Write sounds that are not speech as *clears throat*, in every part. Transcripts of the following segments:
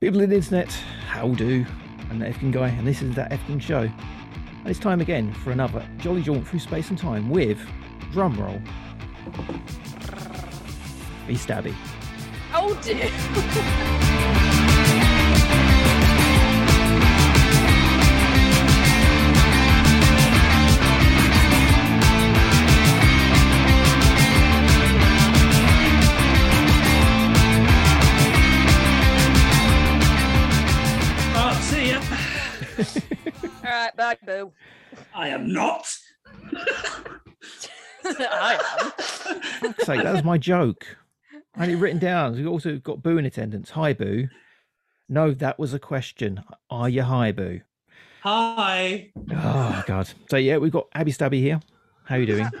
People in the internet, how do? I'm that Efkin guy, and this is that Efkin show. And it's time again for another jolly jaunt through space and time with drumroll. Be stabby. Oh dear. Oh, see ya. All right, bye, boo. *laughs* I am not. I For fuck's sake, that was my joke. I had it written down. We also got Boo in attendance. Hi, Boo. No, that was a question. Are you hi, Boo? Hi. Oh, God. So, yeah, we've got Abby Stabby here. How you doing? *laughs*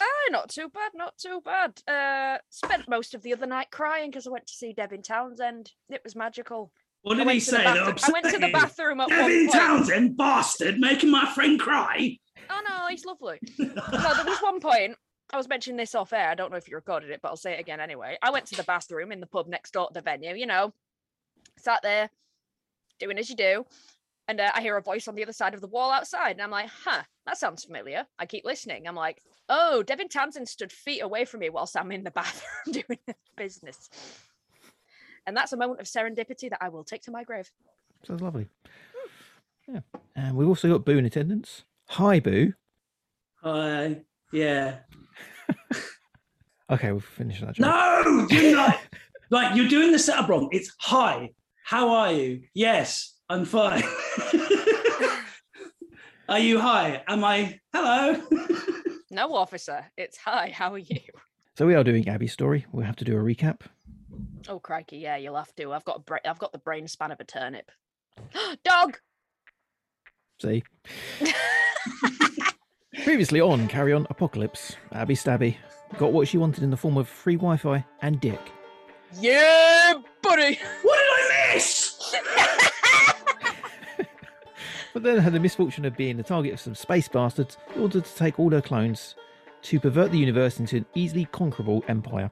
Ah, not too bad, not too bad. Uh, spent most of the other night crying because I went to see Devin Townsend. It was magical. What I did went he to the say that bathroom- I upset went to the you? bathroom at Devin one point. Townsend, bastard, making my friend cry. Oh no, he's lovely. no, there was one point. I was mentioning this off air. I don't know if you recorded it, but I'll say it again anyway. I went to the bathroom in the pub next door to the venue. You know, sat there doing as you do, and uh, I hear a voice on the other side of the wall outside, and I'm like, "Huh, that sounds familiar." I keep listening. I'm like, "Oh, Devin Townsend stood feet away from me whilst I'm in the *laughs* bathroom doing the business." And that's a moment of serendipity that I will take to my grave. Sounds lovely. Yeah. And we've also got Boo in attendance. Hi, Boo. Hi. Yeah. Okay, we'll finish that joke. No, *laughs* you're not. like you're doing the setup wrong. It's hi. How are you? Yes, I'm fine. *laughs* are you hi? Am I? Hello. No, officer. It's hi. How are you? So we are doing Abby's story. We'll have to do a recap. Oh crikey, yeah, you'll have to. I've got a bra- I've got the brain span of a turnip. *gasps* Dog. *laughs* See? Previously on Carry On Apocalypse, Abby Stabby got what she wanted in the form of free Wi Fi and dick. Yeah, buddy. what did I miss? But then had the misfortune of being the target of some space bastards in order to take all her clones to pervert the universe into an easily conquerable empire.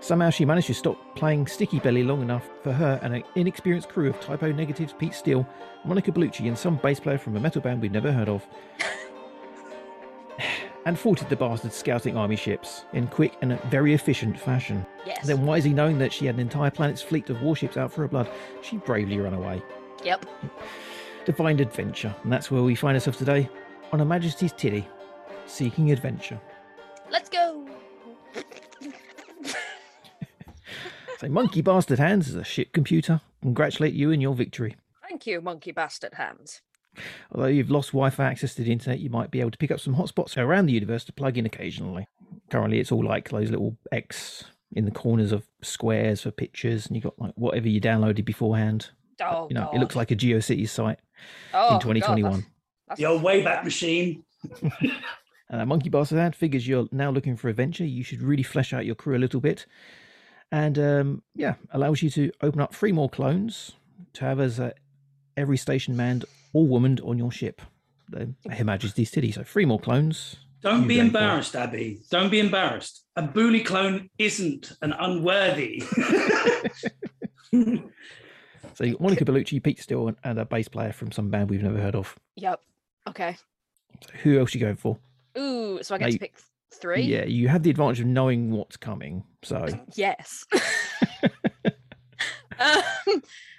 Somehow she managed to stop playing Sticky Belly long enough for her and an inexperienced crew of typo negatives Pete Steele, Monica Bellucci, and some bass player from a metal band we'd never heard of. *sighs* and thwarted the bastard scouting army ships in quick and very efficient fashion. *laughs* Yes. Then wisely knowing that she had an entire planet's fleet of warships out for her blood, she bravely ran away Yep. to find adventure, and that's where we find ourselves today on Her Majesty's Tiddy, seeking adventure. Let's go. So, Monkey Bastard Hands is a ship computer. Congratulate you in your victory. Thank you, monkey bastard hands. Although you've lost Wi Fi access to the internet, you might be able to pick up some hotspots around the universe to plug in occasionally. Currently, it's all like those little X in the corners of squares for pictures, and you've got like whatever you downloaded beforehand. Oh, You know, God. it looks like a GeoCities site oh, in God, 2021. that's- that's Your not Wayback fair. Machine. And that Uh, monkey bastard ad figures you're now looking for adventure. You should really flesh out your crew a little bit. And um, yeah, allows you to open up three more clones to have as a, every station manned or womaned on your ship. The- Her Majesty's City. So three more clones. Don't You be go for it. embarrassed, Abby. Don't be embarrassed. A bully clone isn't an unworthy. So you've got Monica Bellucci, Pete Steele, and, and a bass player from some band we've never heard of. Yep. Okay. So who else you going for? Ooh, so I get Now to you- pick three? Yeah, you have the advantage of knowing what's coming. So, *laughs* Yes. *laughs* um,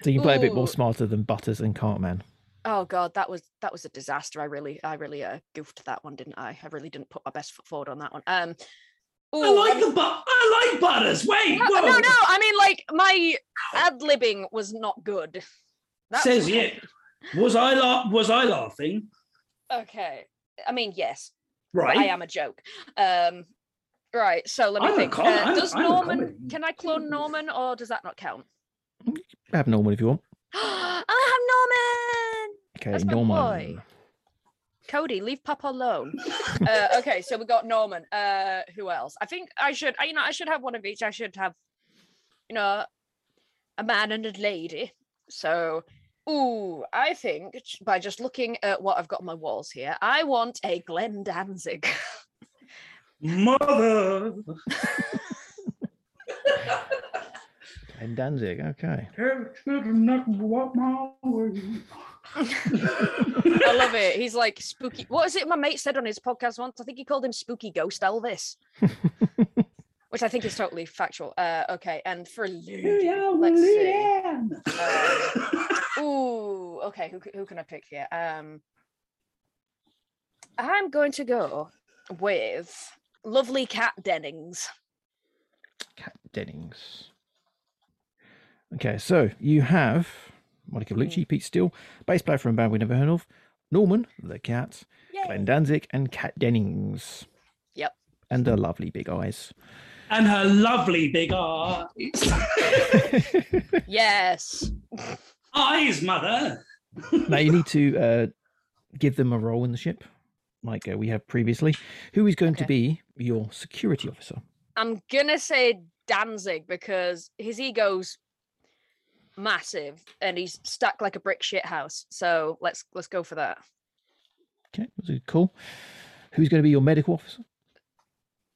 so you can play a bit more Ooh. smarter than Butters and Cartman. oh God, that was that was a disaster. I really, I really uh, goofed that one, didn't I? I really didn't put my best foot forward on that one. Um, I ooh, like the but I like butters. Wait, No, whoa. no, no. I mean, like my ad libbing was not good. That Says was- yeah. Was I la- was I laughing? Okay. I mean, yes, Right. I am a joke. Um, right. So let me I'm a think. com- Uh, I'm- does I'm a Norman? comedy. Can I clone Norman, or does that not count? *gasps* Have Norman if you want. I have Norman. Okay, That's my Uh, Norman. boy. Cody, leave Pop alone. uh, okay, so we got Norman. Uh, who else? I think I should. I, you know, I should have one of each. I should have, you know, a man and a lady. So, ooh, I think j- by just looking at what I've got on my walls here, I want a Glenn Danzig. Mother. Okay, In Danzig, okay. *laughs* I love it. He's like spooky. What is it my mate said on his podcast once? I think he called him spooky ghost Elvis, which I think is totally factual. Uh, okay, and for uh, Luigi, let's see. Ooh, okay. Who, c- who can I pick here? Um, I'm going to go with lovely Cat Dennings. Cat Dennings. Okay, so you have Monica Hmm. Bellucci, Pete Steele, bass player from a band we never heard of, Norman, the cat, Yay. Glenn Danzig, and Cat Dennings. Yep. And her lovely big eyes. *laughs* and her lovely big eyes. Yes. eyes, mother. now you need to uh, give them a role in the ship, like uh, we have previously. Who is going to Okay. be your security officer? I'm gonna say Danzig because his ego's massive and he's stacked like a brick shit house. So let's let's go for that. Okay, that's a good call. Who's going to be your medical officer?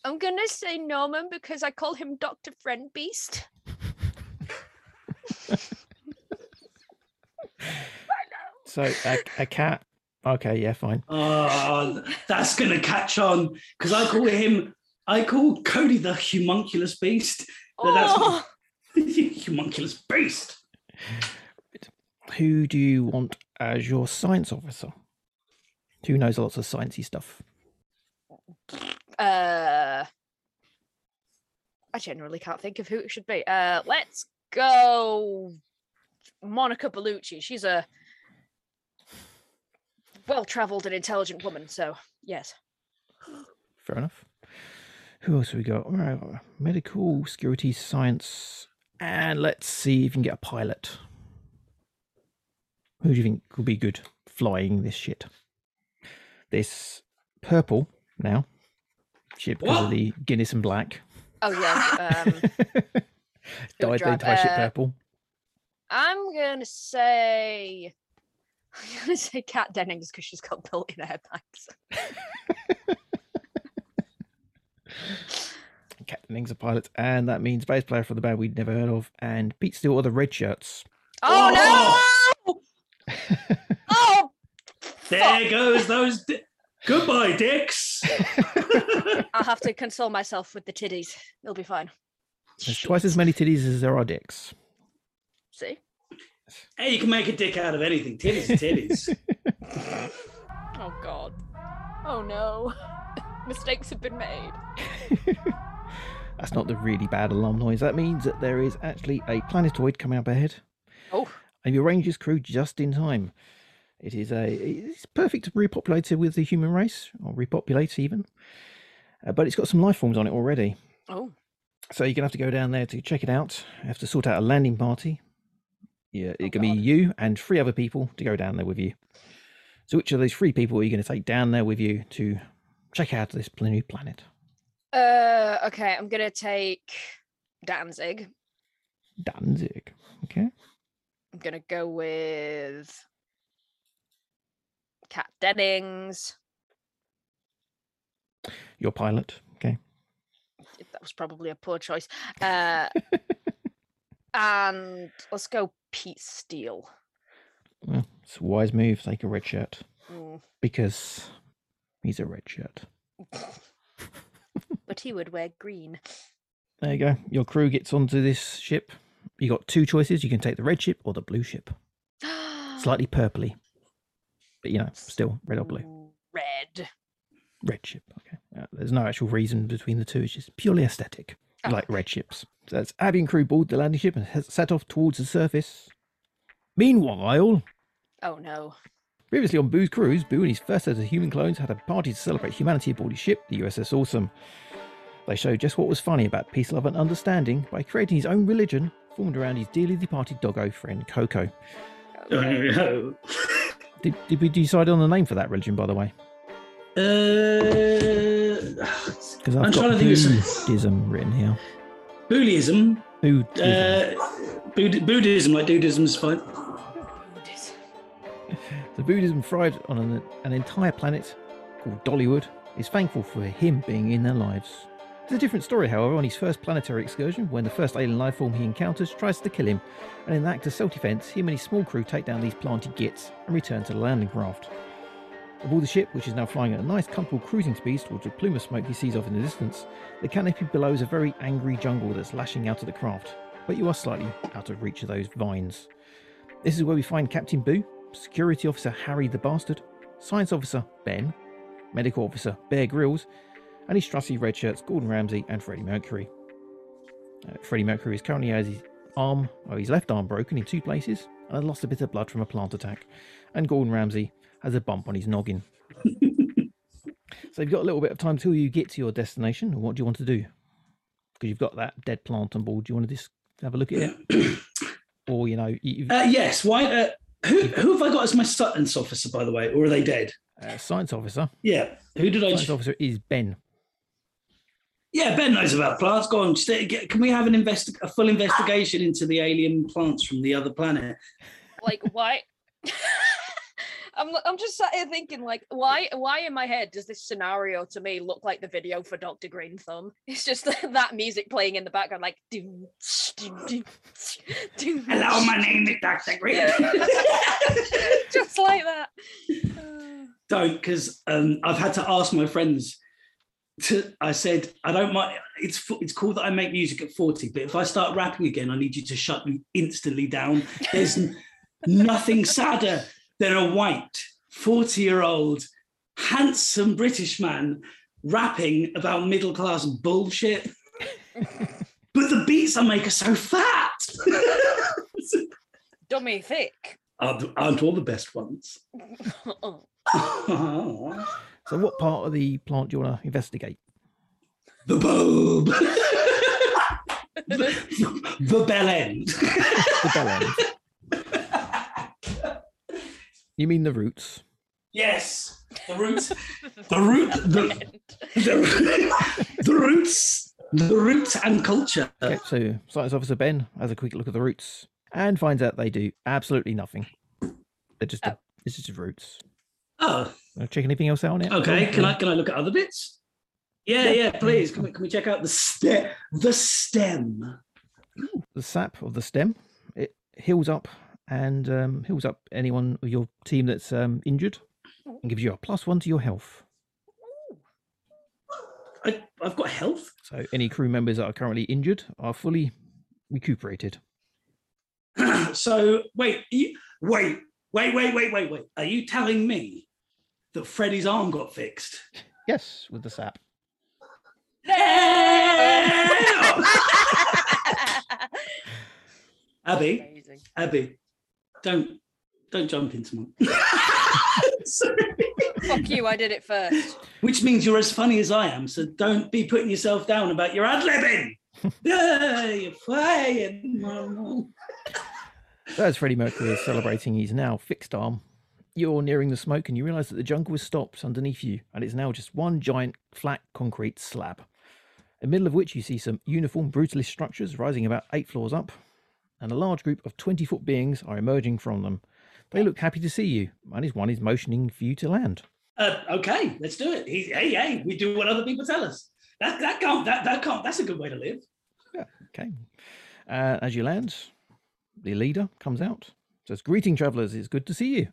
I'm gonna say Norman because I call him Doctor Friend Beast. So a, a cat. Okay, yeah, fine. Oh, that's gonna catch on because I call him. I call Cody the humunculus beast. *laughs* No, that's- Oh, humunculus beast. Who do you want as your science officer? Who knows lots of sciencey stuff? uh, I generally can't think of who it should be. Uh, let's go, Monica Bellucci. She's a well-traveled and intelligent woman. So yes. Fair enough. Who else have we got? All right, uh, medical, security, science, and let's see if you can get a pilot. Who do you think could be good flying this shit? This purple now ship because of What? the Guinness and black. *laughs* Oh yeah. Um, Dyed the drive- entire ship uh, purple. I'm gonna say I'm gonna say Kat Dennings because she's got built-in airbags. Captain Ings a pilot, and that means bass player for the band we'd never heard of, and Pete Steele are the red shirts. Oh, no! oh, There goes those. Di- Goodbye, dicks. I'll have to console myself with the tiddies. It'll be fine. There's twice as many titties as there are dicks. See, hey, you can make a dick out of anything. Titties, is titties. oh god, oh no, *laughs* mistakes have been made. That's not the really bad alarm noise. That means that there is actually a planetoid coming up ahead, Oh, and your Rangers crew just in time. It is a it's perfect repopulated with the human race, or repopulate even, uh, but it's got some life forms on it already. oh, So you're gonna have to go down there to check it out. You have to sort out a landing party. Yeah, Oh, it can be God. you and three other people to go down there with you. So which of those three people are you going to take down there with you to check out this pl- new planet? uh, okay. I'm gonna take Danzig. Danzig. Okay. I'm gonna go with Kat Dennings. Your pilot. Okay. that was probably a poor choice. Uh, *laughs* and let's go Pete Steele. Well, it's a wise move. Take a red shirt Mm. *laughs* because he's a red shirt. but he would wear green. *gasps* There you go. Your crew gets onto this ship. You got two choices. You can take the red ship or the blue ship. Slightly purpley, but you know, still red or blue. Red. Red ship. Okay. Uh, there's no actual reason between the two. It's just purely aesthetic. You Oh, Like red ships. So that's Abby and crew board the landing ship and has set off towards the surface. Meanwhile, Oh no. previously on Boo's cruise, Boo and his first set of human clones had a party to celebrate humanity aboard his ship, the USS Awesome. They showed just what was funny about peace, love, and understanding by creating his own religion formed around his dearly departed doggo friend Coco. Okay. Did, did we decide on the name for that religion, by the way? uh, Because I'm I've trying got to think of some- Buddhism written here. Buddhism. Buddhism. Uh, Bud- Buddhism, like Buddhism, is fine. Goodness. The Buddhism fried on an, an entire planet called Dollywood is thankful for him being in their lives. It's a different story, however, on his first planetary excursion when the first alien life form he encounters tries to kill him, and in the act of self defense, him and his small crew take down these planted gits and return to the landing craft. Aboard the ship, which is now flying at a nice comfortable cruising speed towards a plume of smoke he sees off in the distance, the canopy below is a very angry jungle that's lashing out at the craft, but you are slightly out of reach of those vines. This is where we find Captain Boo, Security Officer Harry the Bastard, Science Officer Ben, Medical Officer Bear Grylls, and his trusty red shirts Gordon Ramsay and Freddie Mercury. Uh, Freddie Mercury is currently has his arm, or his left arm, broken in two places and has lost a bit of blood from a plant attack. And Gordon Ramsay has a bump on his noggin. so you've got a little bit of time till you get to your destination. What do you want to do? Because you've got that dead plant on board. Do you want to just have a look at it, or you know, you- you've, Uh, yes. Why? Uh, who, who have I got as my sentence officer, by the way? Or are they dead? uh, science officer? Yeah. Who did I? Science officer is Ben. Yeah, Ben knows about plants. Go on. st- get- Can we have an invest a full investigation into the alien plants from the other planet? like why *laughs* I'm, I'm just sat here thinking like why why in my head does this scenario to me look like the video for dr green thumb *laughs* it's just that music playing in the background like doom, doom, doom, doom, *laughs* Hello, my name is Doctor Green. just like that *sighs* Uh, don't, because um, I've had to ask my friends. To I said I don't mind. It's f- it's cool that I make music at forty, but if I start rapping again, I need you to shut me instantly down. There's n- nothing sadder than a white forty-year-old handsome British man rapping about middle-class bullshit. but the beats I make are so fat. *laughs* dummy thick *laughs* aren't, aren't all the best ones? *laughs* the So, what part of the plant do you want to investigate? bulb. *laughs* the, the bell end. The bell end. you mean the roots? *laughs* Yes. The roots. The root. The, the, the roots. The roots and culture. Okay, so science officer Ben has a quick look at the roots and finds out they do absolutely nothing. They're just a, it's just roots. Oh, Wanna Check anything else out on it? okay. Or- Can I can I look at other bits? Yeah, yeah. Please, can we, can we check out the ste- the stem? the sap of the stem. It heals up and um, heals up anyone of your team that's um, injured and gives you a plus one to your health. I, I've got health. So any crew members that are currently injured are fully recuperated. so wait, you, wait, wait, wait, wait, wait, wait. Are you telling me that Freddy's arm got fixed? Yes, with the sap. *laughs* Abby, amazing Abby, don't don't jump into my. *laughs* Sorry. fuck you i did it first *laughs* Which means you're as funny as I am, so don't be putting yourself down about your ad libbing. yeah, you're flying, mama. So As Freddie Mercury is celebrating his now fixed arm, you're nearing the smoke and you realise that the jungle has stopped underneath you and it's now just one giant flat concrete slab. In the middle of which you see some uniform brutalist structures rising about eight floors up, and a large group of 20 foot beings are emerging from them. They look happy to see you, and is one is motioning for you to land. Uh, okay, let's do it. He, hey, hey, we do what other people tell us. That that can't that that can't. That's a good way to live. Okay. Uh, as you land, the leader comes out. Says, Greeting, travellers. It's good to see you.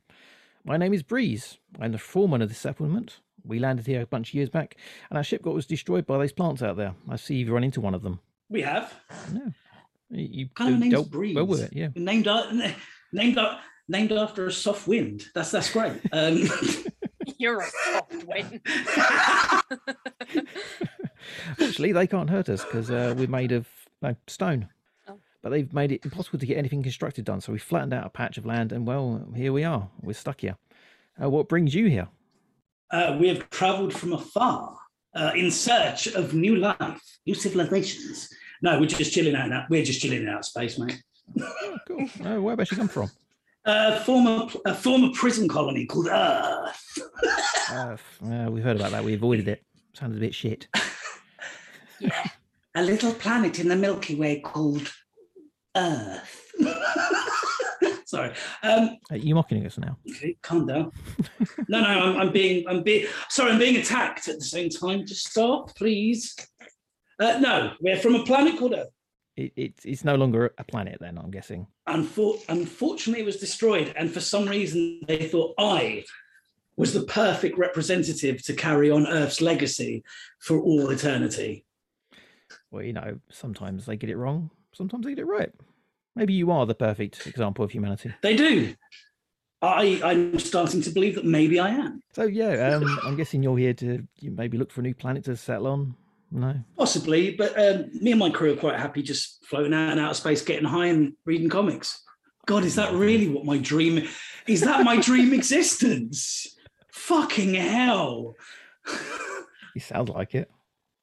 My name is Breeze. I'm the foreman of this settlement. We landed here a bunch of years back, and our ship got was destroyed by those plants out there. I see you've run into one of them. We have. You, you Kind of you name's dealt Breeze. well with it, yeah. Named a- na- named a- named after a soft wind. That's that's great. Um, *laughs* you're a soft win Fortunately, they can't hurt us because uh, we're made of no, stone. Oh. But they've made it impossible to get anything constructed done, so we flattened out a patch of land, and well, here we are. We're stuck here. Uh, what brings you here? uh, we have travelled from afar uh, in search of new life, new civilizations. No, we're just chilling out. Now. We're just chilling in out space, mate. Oh, cool. Oh, where about you come from? Uh, former a former prison colony called Earth. Uh, f- uh, we've heard about that. We avoided it. Sounded a bit shit. yeah A little planet in the Milky Way called Earth. *laughs* Sorry. Um, Are you mocking us now? Okay, calm down. no, no, I'm, I'm being, I'm being, sorry, I'm being attacked at the same time. Just stop, please. Uh, no, we're from a planet called Earth. It, it, it's no longer a planet, then, I'm guessing. Unfor- unfortunately, it was destroyed, and for some reason, they thought I was the perfect representative to carry on Earth's legacy for all eternity. Well, you know, sometimes they get it wrong, sometimes they get it right. Maybe you are the perfect example of humanity. They do. I, I'm starting to believe that maybe I am. So, yeah, um, I'm guessing you're here to you maybe look for a new planet to settle on. No. Possibly, but um, me and my crew are quite happy just floating out and out of space, getting high and reading comics. God, is that really what my dream? Is that my dream *laughs* existence? Fucking hell! You sound like it.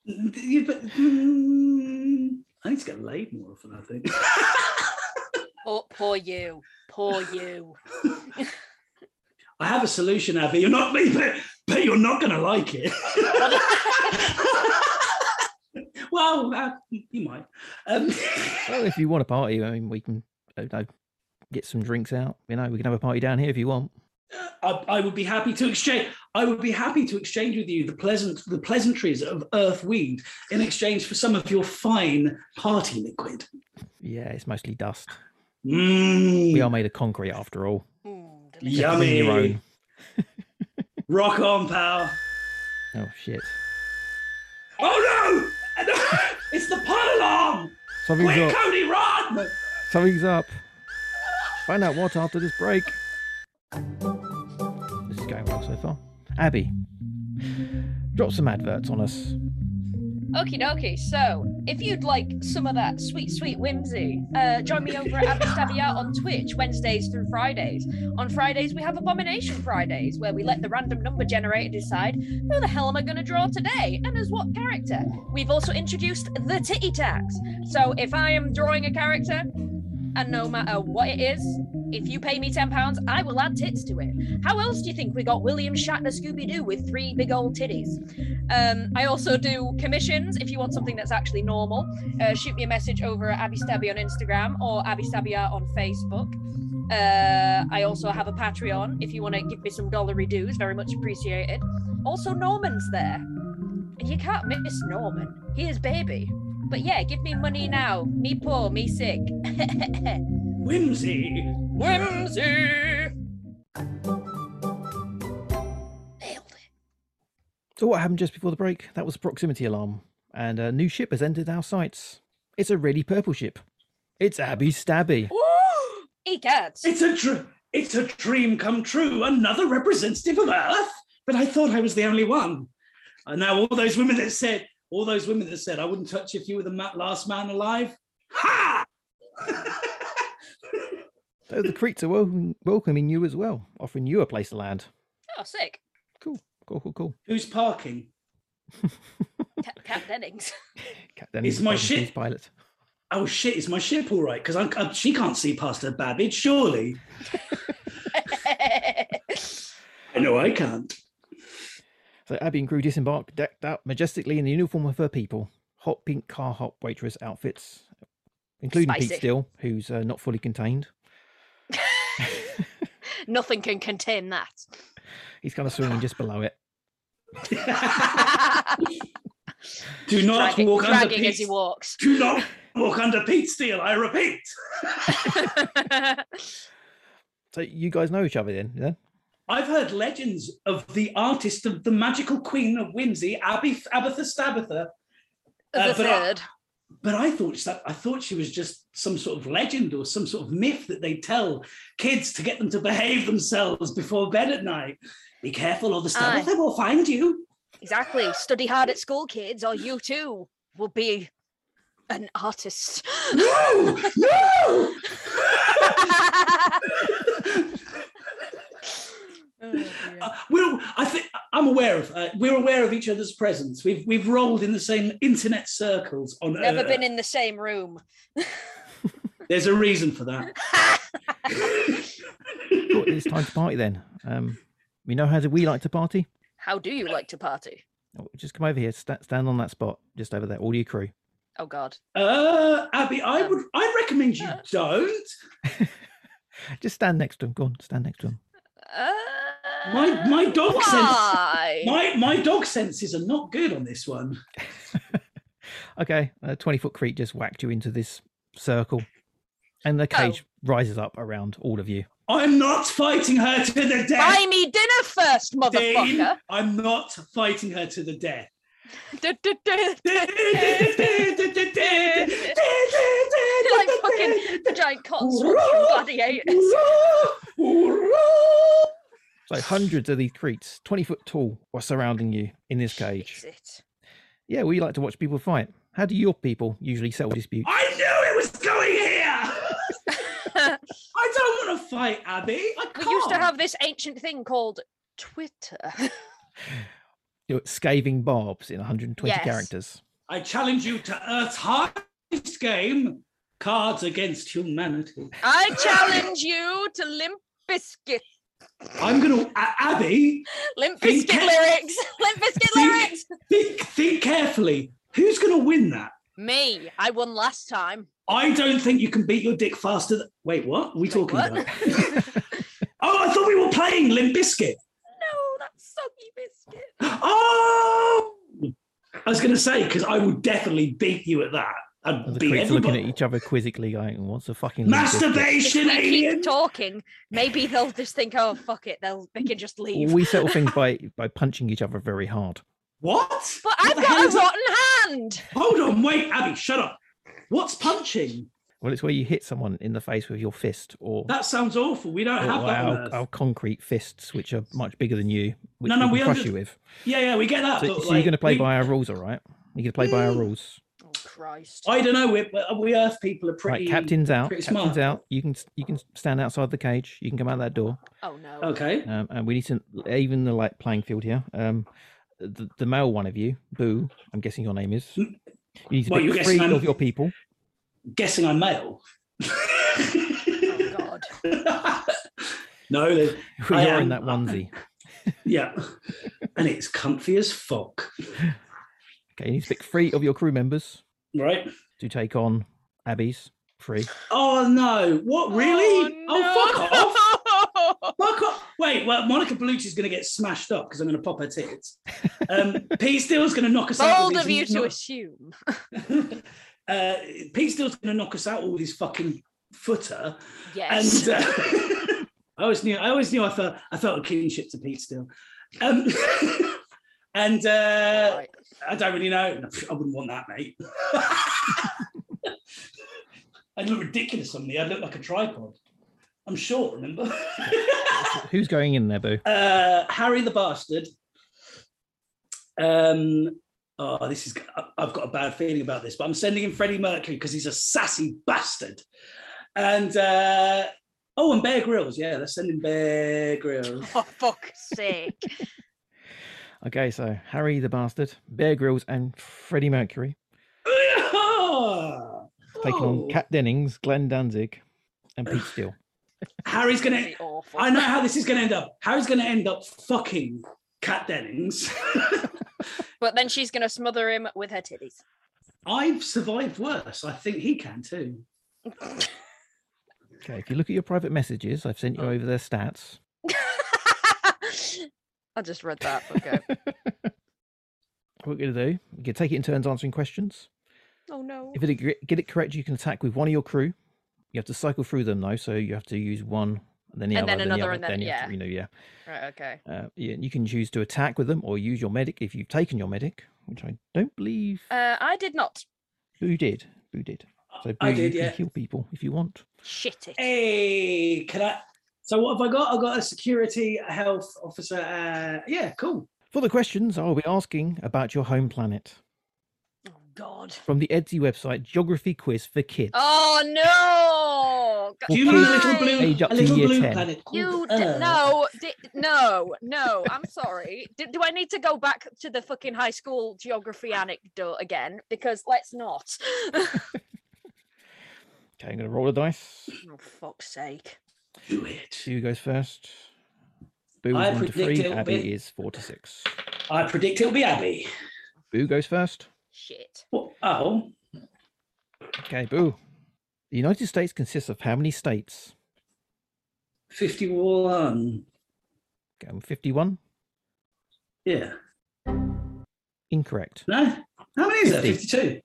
Yeah, but mm, I need to get laid more often. I think. Poor, poor you. Poor you. I have a solution, Abby. You're not me, but, but you're not going to like it. *laughs* well, uh, you might. Um, *laughs* Well, if you want a party, I mean, we can I don't know, get some drinks out. You know, we can have a party down here if you want. I, I would be happy to exchange. I would be happy to exchange with you the pleasant, the pleasantries of Earthweed in exchange for some of your fine party liquid. Yeah, it's mostly dust. Mm, We are made of concrete after all. Mm, delicious. You have to bring your Yummy. own. Rock on, pal. Oh shit! Oh no! it's the pun alarm! Something's Quick, up. Cody, run! Something's up. Find out what after this break. This is going well so far. Abby, drop some adverts on us. Okie dokie. So, if you'd like some of that sweet, sweet whimsy, uh, join me over at Abby Stabby Out on Twitch, Wednesdays through Fridays. On Fridays, we have Abomination Fridays, where we let the random number generator decide who the hell am I going to draw today and as what character. We've also introduced the titty tax. So, if I am drawing a character, and no matter what it is, if you pay me £10, I will add tits to it. How else do you think we got William Shatner Scooby Doo with three big old titties? Um, I also do commissions. If you want something that's actually normal, uh, shoot me a message over at Abby Stabby on Instagram or Abby Stabia on Facebook. Uh, I also have a Patreon if you want to give me some dollary dues, very much appreciated. Also, Norman's there. And you can't miss Norman. He is baby. But yeah, give me money now. Me poor, me sick. *laughs* Whimsy! Whimsy! Nailed it. So what happened just before the break? That was proximity alarm, and a new ship has entered our sights. It's a really purple ship. It's Abby Stabby. Egads. It's a dr- it's a dream come true. Another representative of Earth. But I thought I was the only one. And now all those women that said, all those women that said, I wouldn't touch if you were the ma- last man alive. Ha! So the Creeks are wel- welcoming you as well, offering you a place to land. Oh, sick. Cool, cool, cool. Who's parking? Cat, Cat Dennings. Cat Dennings It's my is Bobby's ship. Pilot. Oh shit! Is my ship all right? Because I, she can't see past her babbage, surely. I know I can't. *laughs* So Abby and crew disembark, decked out majestically in the uniform of her people, hot pink Carhartt waitress outfits, including Spicy. Pete Steele, who's uh, not fully contained. *laughs* Nothing can contain *laughs* He's kind of swimming just below it. that. Do not Dragging- walk under dragging as he Pete. *laughs* walks. *laughs* Do not walk under Pete Steele. I repeat. Uh, So you guys know each other then, yeah? I've heard legends of the artist of the magical queen of whimsy, Abby Abatha Stabatha, the Uh, but I- third. but I thought that I thought she was just some sort of legend or some sort of myth that they tell kids to get them to behave themselves before bed at night. Be careful, or the Aye. Stabatha will find you. Exactly. Study hard at school, kids, or you too will be an artist. *laughs* No, no. Uh, we're, I think I'm aware of. Uh, we're aware of each other's presence. We've we've rolled in the same internet circles on uh, Never Earth. been in the same room. *laughs* There's a reason for that. Cool, it's time to party then. Um, you know how do we like to party? How do you like to party? Oh, Just come over here, sta stand on that spot, just over there, all your crew. Oh God. Uh, Abby, I would I recommend you don't. Just stand next to him. Go on, stand next to him. Uh, My my dog sense why? my my dog senses are not good on this one. okay, a 20 foot creep just whacked you into this circle, and the cage rises up around all of you. I'm not fighting her to the Buy death. me dinner first, Dean. motherfucker. *laughs* I'm not fighting her to the death. *laughs* Du- du- du- like fucking the like giant cotswolds *laughs* from Gladiators. So hundreds of these creeps, 20 foot tall, are surrounding you in this cage. Shit. Yeah, we like to watch people fight. How do your people usually settle disputes? I knew it was *laughs* going here. I don't want to fight Abby. I we used to can't. have this ancient thing called Twitter. You're scathing barbs in 120 Yes. characters. *laughs* I challenge you to Earth's hardest game, Cards Against Humanity. I challenge you to Limp Biscuit. I'm gonna A- Abby. Limp Think Biscuit ca- lyrics. Limp Biscuit Think- lyrics. Think, think carefully. Who's gonna win that? Me. I won last time. I don't think you can beat your dick faster. Than, wait, what? Are we talking what? about? oh, I thought we were playing Limp Biscuit. No, that's soggy biscuit. Oh, I was gonna say because I will definitely beat you at that. And I'd the beat creeps are looking at everybody. each other quizzically, going, "What's a fucking limp biscuit?" If Masturbation, we alien. keep talking, maybe they'll just think, oh fuck it, they'll they can just leave. We settle things by by punching each other very hard. What? But What I've the hell got is a that? rotten hand. Hold on, wait, Abby, shut up. What's punching? Well, it's where you hit someone in the face with your fist, or, That sounds awful. We don't or have that. on our, Earth. our concrete fists, which are much bigger than you, which No, no, we we can crush under- you with. Yeah, yeah, we get that. So, but, so like, you're going to play we- by our rules, all right? You're going to play by our Mm. rules. Oh Christ. I don't know. We, we Earth people are pretty. right, captain's out. pretty Captain's smart. out. You can you can stand outside the cage. You can come out that door. Oh no. Okay. Um, and we need to even the like playing field here. Um, the, the male one of you, Boo. I'm guessing your name is. You need to Hmm. Well, you're pick guessing three I'm- of your *laughs* people. Guessing I'm male. *laughs* Oh god. no, they- You're I in am- that onesie. yeah, and it's comfy as fuck, Okay, you need to pick three of your crew members right? to take on Abby's three. Oh no! What really? Oh, fuck off! fuck *laughs* off. Fuck off! Wait, well, Monica Bellucci's going to get smashed up because I'm going to pop her tits. *laughs* Um, Pete Steele's going to knock us out. Bold with of you his- to assume. *laughs* *laughs* uh, Pete Steele's going to knock us out all with his fucking footer. Yes. And uh, *laughs* I always knew. I always knew. I felt. I felt a kinship to Pete still. Um, *laughs* and uh, Right. I don't really know. I wouldn't want that, mate. *laughs* I'd look ridiculous on me. I'd look like a tripod. I'm short. Remember, *laughs* Who's going in there, Boo? uh, Harry the bastard. Um. Oh, this is. I- I've got a bad feeling about this, but I'm sending him Freddie Mercury because he's a sassy bastard. And uh, oh, and Bear Grylls. Yeah, let's send him Bear Grylls. *laughs* *laughs* For fuck's sake. Okay, so Harry the Bastard, Bear Grylls, and Freddie Mercury taking Oh. on Kat Dennings, Glenn Danzig, and Pete Steele. Harry's gonna. Pretty awful. I know how this is gonna end up. Harry's gonna end up fucking Cat Dennings. *laughs* But then she's gonna smother him with her titties. I've survived worse. I think he can too. Okay, if you look at your private messages, I've sent you Oh. over their stats. *laughs* I just read that. Okay. What we're going to do, we can take it in turns answering questions. *laughs* oh no. If you get- get it correct, you can attack with one of your crew. You have to cycle through them though, so you have to use one, and then the And other, then another, the and then- you have to renew. Yeah, Right, okay. uh, yeah, you can choose to attack with them or use your medic if you've taken your medic, which I don't believe Uh, I did not. Boo did. Boo did. So Boo, I did, you yeah. can kill people if you want. Shit it. Hey, can I? So what have I got? I've got a security, a health officer. Uh, yeah, cool. For the questions, I'll be asking about your home planet Oh god. from the Etsy website Geography Quiz for Kids. Oh no. Go- Well, Do you mean a please- little Why? blue, Age up a to little year blue 10. planet? called You Earth? d- no, di- no, no. I'm sorry. Do, do I need to go back to the fucking high school geography anecdote again? Because let's not. Okay, I'm going to roll a dice. Oh, fuck's sake. Do it. Who goes first? Boo I is one to predict three. it'll Abby be- is four to six. I predict it'll be Abby. Boo goes first. Shit. What- Oh, Okay, Boo. The United States consists of how many states? 51. Okay, I'm 51. Yeah. Incorrect. No? How many is that? Fifty. 52.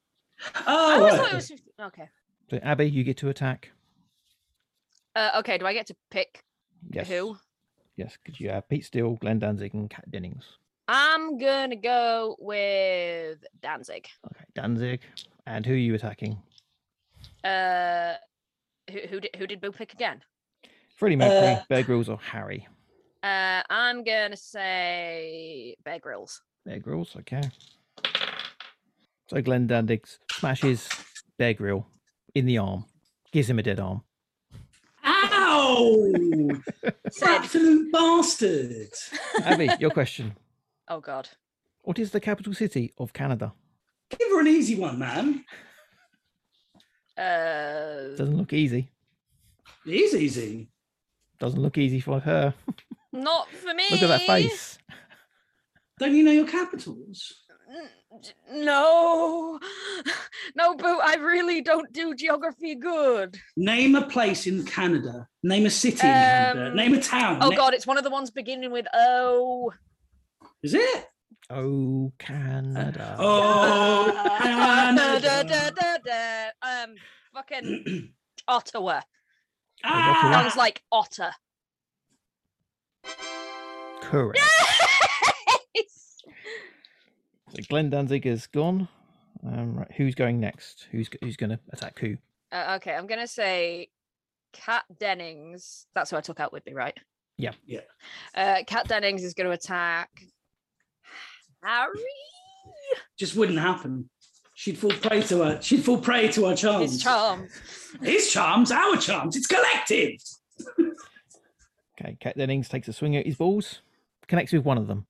I Oh, always right. thought it was 50. Okay. So Abby, you get to attack. Uh, okay, do I get to pick Yes. who? Yes, because you have Pete Steele, Glenn Danzig, and Kat Dennings. I'm gonna go with Danzig. Okay, Danzig. And who are you attacking? Uh, who who did, who did Boo pick again? Freddie Mercury, Uh, Bear Grylls, or Harry? Uh, I'm gonna say Bear Grylls. Bear Grylls, okay. So Glenn Danzig smashes Bear Grill in the arm, gives him a dead arm. Ow! Said, Absolute bastard. Abby, your question. oh God, What is the capital city of Canada? Give her an easy one, man. uh, Doesn't look easy. It is easy. Doesn't look easy for her. not for me. Look at that face. Don't you know your capitals? N- j- No, *laughs* no, Boo. I really don't do geography good. Name a place in Canada. Name a city in Canada. Um, Name a town. Oh Na- God, it's one of the ones beginning with O. Is it? *clears throat* Oh, Canada. Oh, Uh, *laughs* da- da- da- Canada. da- da. Um, fucking Ottawa. Ah. Sounds like otter. Correct. So Glenn Danzig is gone. Um, right, who's going next? Who's who's going to attack who? *laughs* Uh, okay, I'm gonna say Kat Dennings. That's who I took out with me, right? Yeah. Yeah. Uh, Kat Dennings is gonna attack Harry. Just wouldn't happen. She'd fall prey to her. She'd fall prey to our charms. His charms. His charms, our charms. It's collective. *laughs* Okay, Kat Dennings takes a swing at his balls, connects with one of them.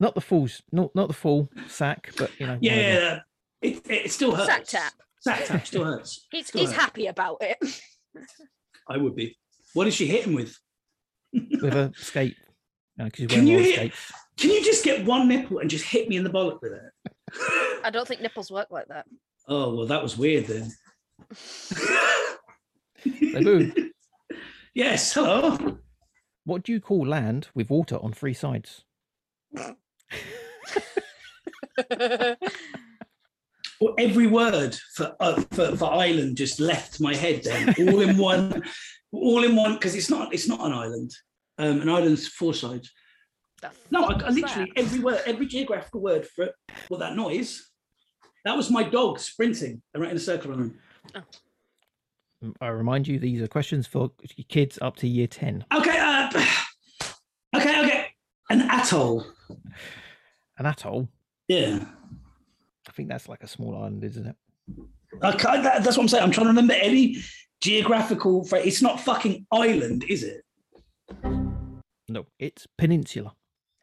Not the full, s- not not the full sack, but you know. one of yeah, them. yeah. It, it still hurts. Sack tap. Sack tap still hurts. He's Go he's ahead. happy about it. I would be. What did she hit him with? with a skate. Because Can you're you wearing hear- skates. Can you just get one nipple and just hit me in the bollock with it? *laughs* I don't think nipples work like that. Oh well, that was weird then. So, Boo, yes. Hello. what do you call land with water on three sides? Well, every word for, uh, for for island just left my head then, all in one, all in one. Because it's not it's not an island. Um, an island's four sides. The No, I, fuck I was literally every word, every geographical word for well that noise. That was my dog sprinting around in a circle around. him. Mm, I remind you, these are questions for y- kids up to year 10. Okay. Uh, *sighs* okay. Okay. An atoll. An atoll, Yeah. I think that's like a small island, isn't it? I can't, that, that's what I'm saying. I'm trying to remember any geographical. Fra- it's not fucking island, is it? No, it's peninsula.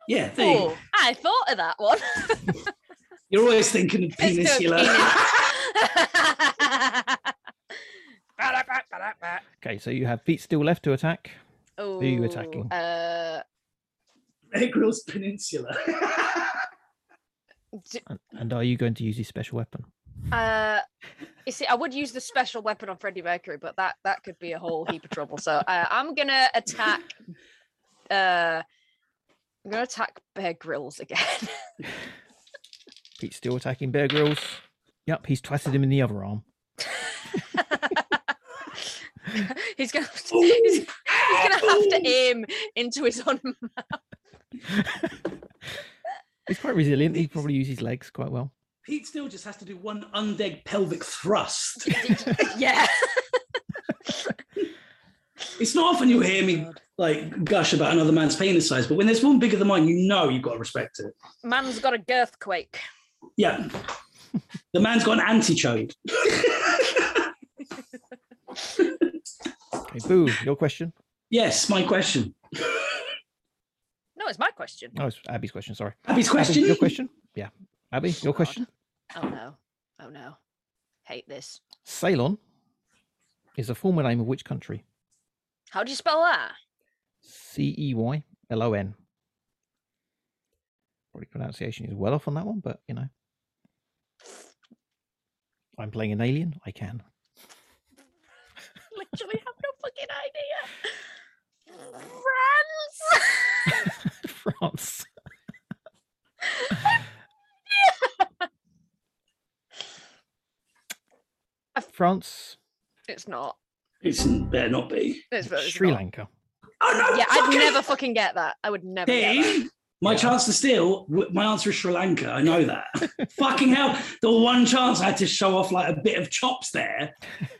Yeah. that? There you go. Oh, I thought of that one. You're always thinking of It's penis. no you know. *laughs* penis. Okay, so you have feet still left to attack. Who are you attacking? Uh, Bear Grylls Peninsula. *laughs* And, and are you going to use his special weapon? uh, you see, I would use the special weapon on Freddie Mercury, but that that could be a whole heap of trouble. So uh, I'm gonna attack. Uh, I'm gonna attack Bear Grylls again. *laughs* Pete's still attacking Bear Grylls. Yep, he's twatted him in the other arm. he's gonna have to, Ooh, he's, he's gonna have to Ooh. aim into his own. *laughs* mouth. He's quite resilient. He probably uses his legs quite well. Pete still just has to do one undead pelvic thrust. yeah. It's not often you hear me God. like gush about another man's penis size, but when there's one bigger than mine, you know you've got to respect it. Man's got a girthquake. Yeah. The man's got an antichode. *laughs* Okay, Boo, your question. yes, my question. No, it's my question. Oh, it's Abby's question, sorry. Abby's Abby, question. your question? Yeah. Abby, your God. question? Oh no. Oh no. Hate this. Ceylon is a former name of which country? How do you spell that? C E Y L O N. Probably pronunciation is well off on that one, but you know. I'm playing an alien. I can. *laughs* Literally have no fucking idea. France. *laughs* France. France, *laughs* It's not. It's better not be. It's, it's Sri not. Lanka. Oh no! Yeah, I'd fuck it! never fucking get that. I would never. Get that. Dave, my chance to steal. w- My answer is Sri Lanka. I know *laughs* that. Fucking hell! The one chance I had to show off like a bit of chops there.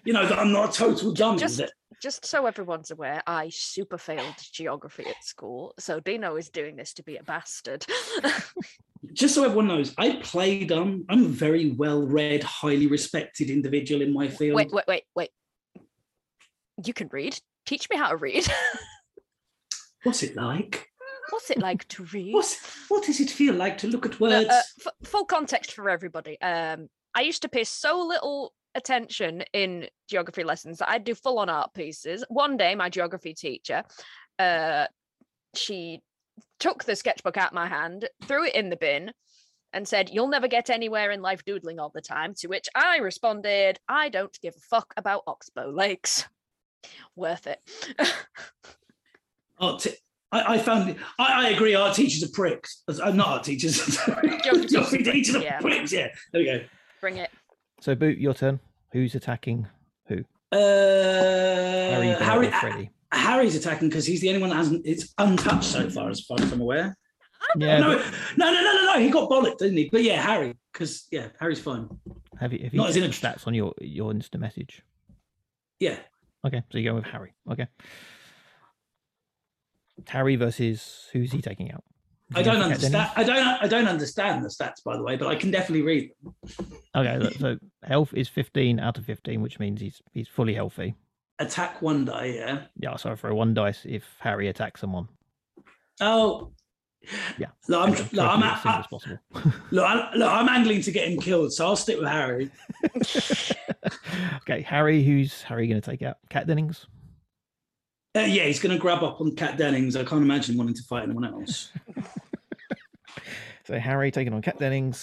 You know that I'm not a total dummy. Just- that- Just so everyone's aware, I super failed geography at school, so Dino is doing this to be a bastard. *laughs* just so everyone knows, I play dumb. I'm a very well-read, highly respected individual in my field. wait, wait, wait, wait. You can read. Teach me how to read. *laughs* What's it like? What's it like to read? What What does it feel like to look at No, words? uh, f- full context for everybody. Um, I used to pay so little attention in geography lessons that I'd do full on art pieces. One day, my geography teacher, uh, she took the sketchbook out my hand, threw it in the bin, and said, "You'll never get anywhere in life doodling all the time." To which I responded, "I don't give a fuck about oxbow lakes. Worth it." *laughs* uh, art te- I, I found I, I agree art teachers are pricks. Uh, not art teachers. *laughs* sorry. Geography teachers are Geography teachers are pricks, yeah. pricks, yeah. There we go. Bring it. So, Boot, your turn. Who's attacking Harry, Uh, Bert, Harry, or Freddy? Harry's attacking because he's the only one that hasn't. It's untouched so far, as far as I'm aware. Yeah, no, but no, no, no, no, no. He got bollocked, didn't he? But yeah, Harry, because yeah, Harry's fine. have you have you not as seen in a- stats on your your Insta message? Yeah, Okay, so you go with Harry. Okay. Harry versus who's he taking out? I Do you don't have to get understand. I don't. I don't understand the stats, by the way, but I can definitely read them. any? Okay, look, so health is fifteen out of fifteen, which means he's he's fully healthy. Attack one die, yeah. Yeah, so I throw one dice if Harry attacks someone. Oh, Yeah. Look, I'm, and then look, try to I'm, be as simple as I, possible. look, I, look, I'm angling to get him killed, so I'll stick with Harry. *laughs* okay, Harry, who's Harry going to take out? Cat Dennings. Uh, yeah, he's going to grab up on Cat Dennings. I can't imagine him wanting to fight anyone else. So Harry taking on Cat Dennings.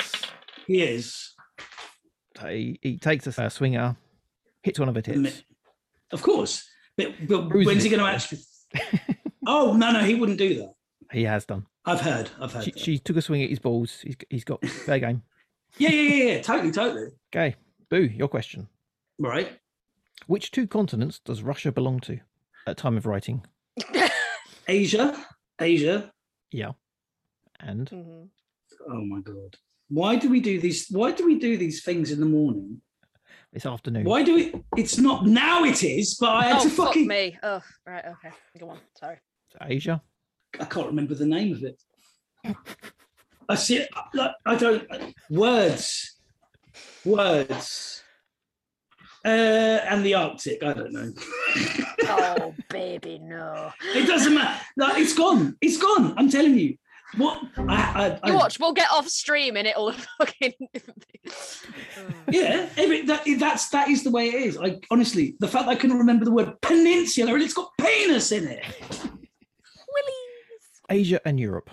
He is, He, he takes a, a swinger, hits one of her tits. of course. But, but Bruising when's he his going to actually? *laughs* oh no, no, he wouldn't do that. He has done. I've heard. I've heard. She, that. she took a swing at his balls. He's, he's got fair game. Yeah, yeah, yeah, yeah. Totally, totally. Okay, Boo, your question. Right. Which two continents does Russia belong to at time of writing? Asia, Asia. And Mhm. Oh my god. Why do we do these? Why do we do these things in the morning? it's afternoon. Why do we? It's not now. It is, but I had Oh, to fuck fucking. me. Oh, right. Okay. Go on. Sorry. Asia. I can't remember the name of it. I see. it- Like, I don't. Words, words, uh, and the Arctic. I don't know. *laughs* Oh, baby, no. It doesn't matter. Like, it's gone. It's gone. I'm telling you. What I, I, You I watch, we'll get off stream and it'll *laughs* fucking. *laughs* Mm. Yeah, every, that, that's that is the way it is. I honestly, the fact that I can remember the word peninsula and it's got penis in it. Asia and Europe.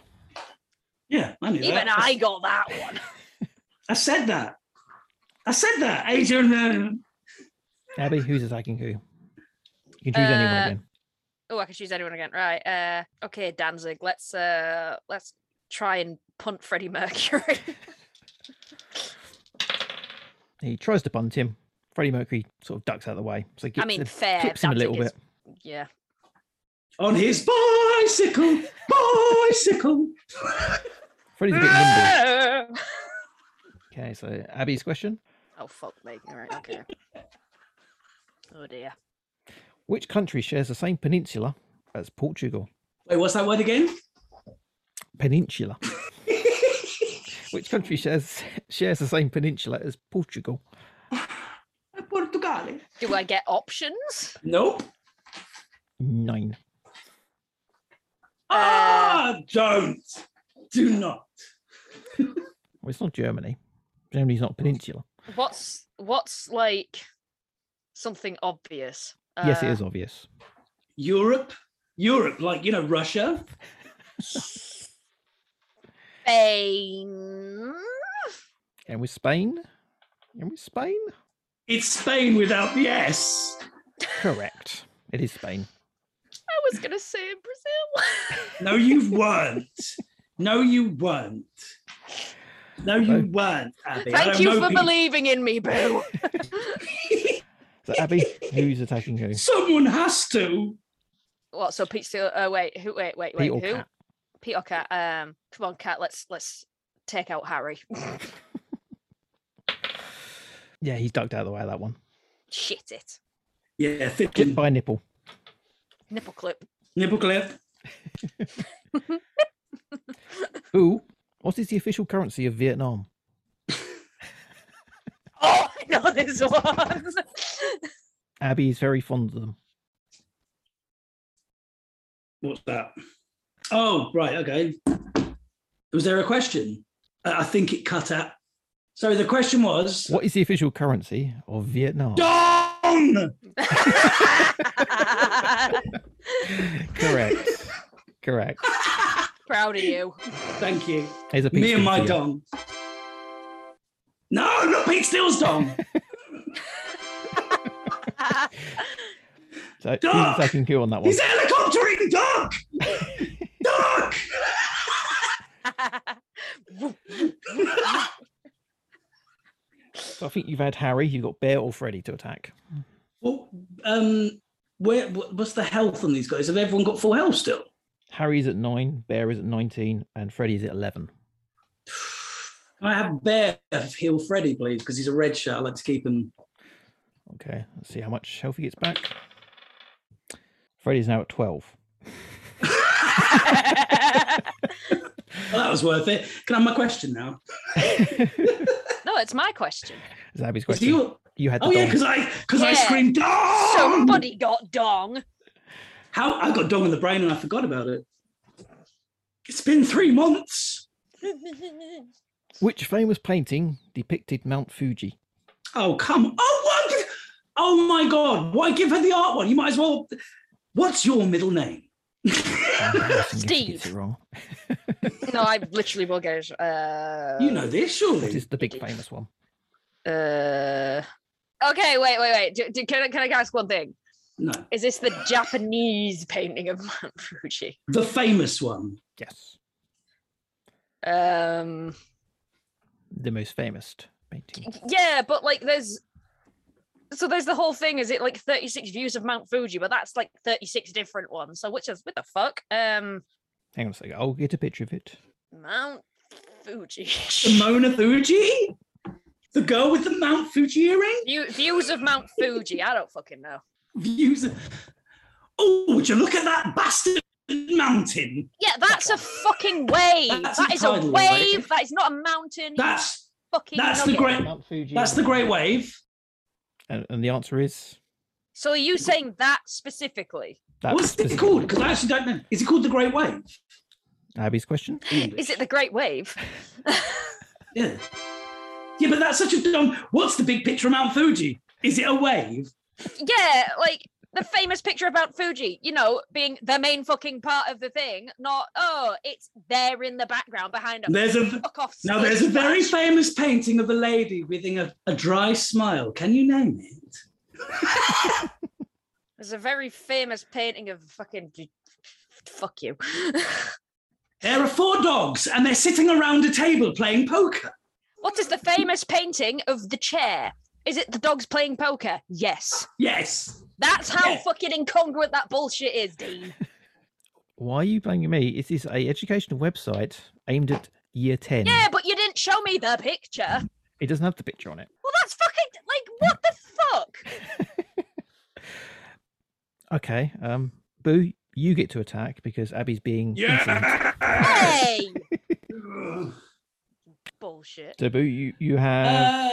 Yeah, I knew Even that. I got that one. I said that. I said that. Asia and uh, Abby, who's attacking who? You can choose anyone Uh, again. Oh, I can choose anyone again. Right. Uh, okay, Danzig. Let's uh, let's try and punt Freddie Mercury. *laughs* He tries to bunt him. Freddie Mercury sort of ducks out of the way. So gets I mean, a- fair. clips him a Danzig little bit. is- Yeah. on his bicycle, bicycle. Freddie's a bit nimble. *laughs* oh Okay, so Abby's question. fuck me. All right. Okay. Oh dear. Which country shares the same peninsula as Portugal? Wait, what's that *laughs* word again? Peninsula. Which country shares *laughs* shares the same peninsula as Portugal? Portugal. Do I get options? Nope. Nine. Ah, don't. Do not. Well, it's not Germany. Germany's not a peninsula. What's what's like something obvious? yes, it Uh, is obvious. Europe, Europe, like you know, Russia. Spain. And with Spain? And with Spain? It's Spain without the S. Correct. It is Spain. I was gonna say Brazil. No, you weren't. No, you weren't. No, you Okay. weren't, Abby. I Thank don't you know for people. believing in me, Boo. So *laughs* Abby, who's attacking who? Someone has to. What? So Pete Steele? Uh, wait, who? Wait, wait, Pete wait. or who? Cat? Pete or Cat? Um, come on, Cat. Let's let's take out Harry. *laughs* Yeah, he's ducked out of the way of that one. Shit it. Yeah, Get thinking. by nipple. Nipple clip. Nipple clip. Who? What is the official currency of Vietnam? Oh, I know this one. Abby is very fond of them. What's that? Oh, right. Okay. Was there a question? Uh, I I think it cut out. So the question was. What is the official currency of Vietnam? *laughs* Dong! Correct. *laughs* Correct. *laughs* Proud of you. *laughs* Thank you. Here's a Me peach and for my you. dong. No, not Pete Steele's dong. So who's Duck! attacking who on that one? He's helicoptering duck. duck. So I think you've had Harry, you've got Bear or Freddy to attack. *laughs* well, um, where wh- what's the health on these guys? Have everyone got full health still? Harry's at nine, Bear is at 19, and Freddy's at 11. Can I have Bear heal Freddy, please? Because he's a red shirt. I like to keep him. Okay, let's see how much health he gets back. Freddy's now at 12. *laughs* Well, that was worth it. Can I have my question now? no, it's my question. It's Abby's Is question. he You... all- had the oh yeah, dong. because I because I Yeah. screamed dong. Somebody got dong. *laughs* How I got dong in the brain and I forgot about it. It's been three months. Which famous painting depicted Mount Fuji? Oh come! Oh what? Oh my God! Why give her the art one? You might as well. What's your middle name? *laughs* Oh, Alison gets- gets Steve. it wrong. no, I literally will get it. Uh, You know this, What surely. is the big famous one? Uh, okay, wait, wait, wait. Do, do- can, I, can I ask one thing? No, Is this *laughs* the Japanese painting of *laughs* Mount Fuji? the famous one. Yes. Um, The most famous painting. yeah, but like there's. So there's the whole thing. Is it like 36 views of Mount Fuji? But that's like 36 different ones. So which is what the fuck? Um, Hang on a second. I'll get a picture of it. Mount Fuji. Mona Fuji, the girl with the Mount Fuji earring. *laughs* View, views of Mount Fuji. I don't fucking know. Views. Oh, would you look at that bastard mountain? Yeah, that's a fucking wave. That's That is a tidal wave. wave. That is not a mountain. you That's fucking. that's the nugget. great Mount Fuji. that's the great wave. And, and the answer is So are you saying that specifically? that What's it specific- called? Because I actually don't know. Is it called the Great Wave? Abby's question. in Is English? it the Great *laughs* Wave? Yeah. Yeah, but that's such a dumb. What's the big picture of Mount Fuji? Is it a wave? yeah, like the famous picture of Mount Fuji, you know, being the main fucking part of the thing, not oh, it's there in the background behind us. There's a Fuck off. now. There's skinny a very bitch. famous painting of a lady within a, a dry smile. Can you name it? There's a very famous painting of fucking fuck you. *laughs* There are four dogs, and they're sitting around a table playing poker. what is the famous painting of the chair? Is it the dogs playing poker? Yes. Yes. That's how Yeah. fucking incongruent that bullshit is, *laughs* Dean. Why are you blaming me? It is a educational website aimed at year 10. Yeah, but you didn't show me the picture. It doesn't have the picture on it. Well, that's fucking like what the fuck? *laughs* Okay. Um, Boo, you get to attack because Abby's being. insolent. Hey, bullshit. So, Boo, you, you have.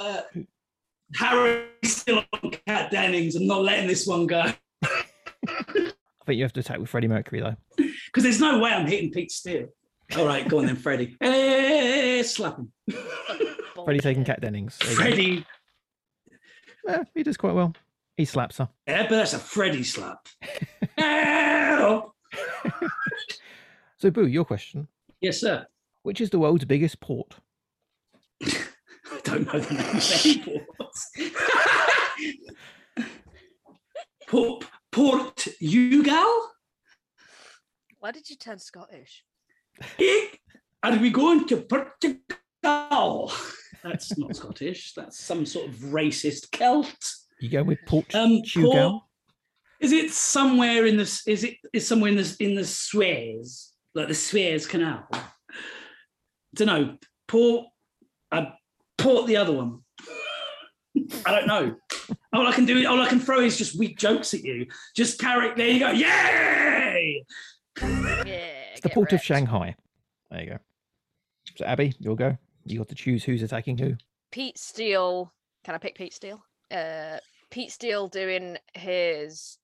Uh, Harry's still on Cat Dennings. I'm not letting this one go I think you have to attack with Freddie Mercury, though. because there's no way I'm hitting Pete Steele. All right, go on then, Freddie. Hey, slap him. Freddie taking Bullshit. Cat Dennings. There you go. Freddie Yeah, he does quite well. He slaps her. Yeah, but that's a Freddy slap. Ow! So, Boo, your question. Yes, sir. Which is the world's biggest port? I don't know the name of any ports. *laughs* Port, Port Ugal? Why did you turn Scottish? Eh? Are we going to Portugal? *laughs* That's not Scottish. That's some sort of racist Celt. You go with Port Um, Hugo? Port- Is it somewhere in this? Is it is somewhere in this in the Suez, like the Suez Canal? Don't know. Port. I port the other one. I don't know. All I can do, all I can throw is just weak jokes at you. Just carry. There you go. *laughs* Yay! Yeah. It's the get port of wrecked. Shanghai. There you go. So Abby, you'll go. You got to choose who's attacking who. Pete Steele. Can I pick Pete Steele? Uh, Pete Steele doing his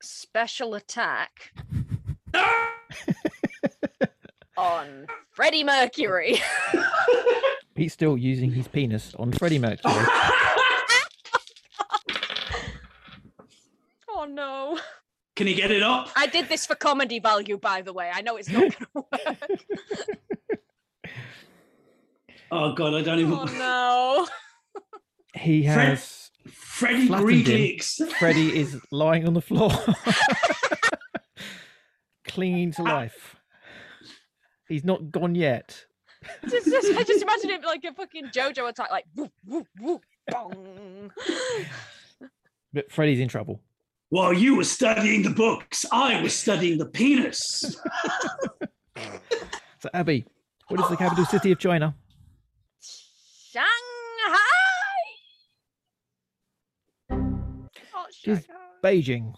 special attack Ah! on Freddie Mercury. He's still using his penis on Freddie Mercury. *laughs* oh no. Can you get it up? I did this for comedy value, by the way. I know it's not going to work. Oh God, I don't even. *laughs* Oh He Fred- has Freddie Flattened Greeley. him. ex- Freddie is lying on the floor, *laughs* clinging to life. He's not gone yet. no. *laughs* Just, just- I just imagine it like a fucking JoJo attack, like woo, woo, woo, *laughs* bong. But Freddie's in trouble. While you were studying the books, I was studying the penis. So Abby, what is the capital city of China? Shanghai! Oh, Just- Shanghai. Beijing.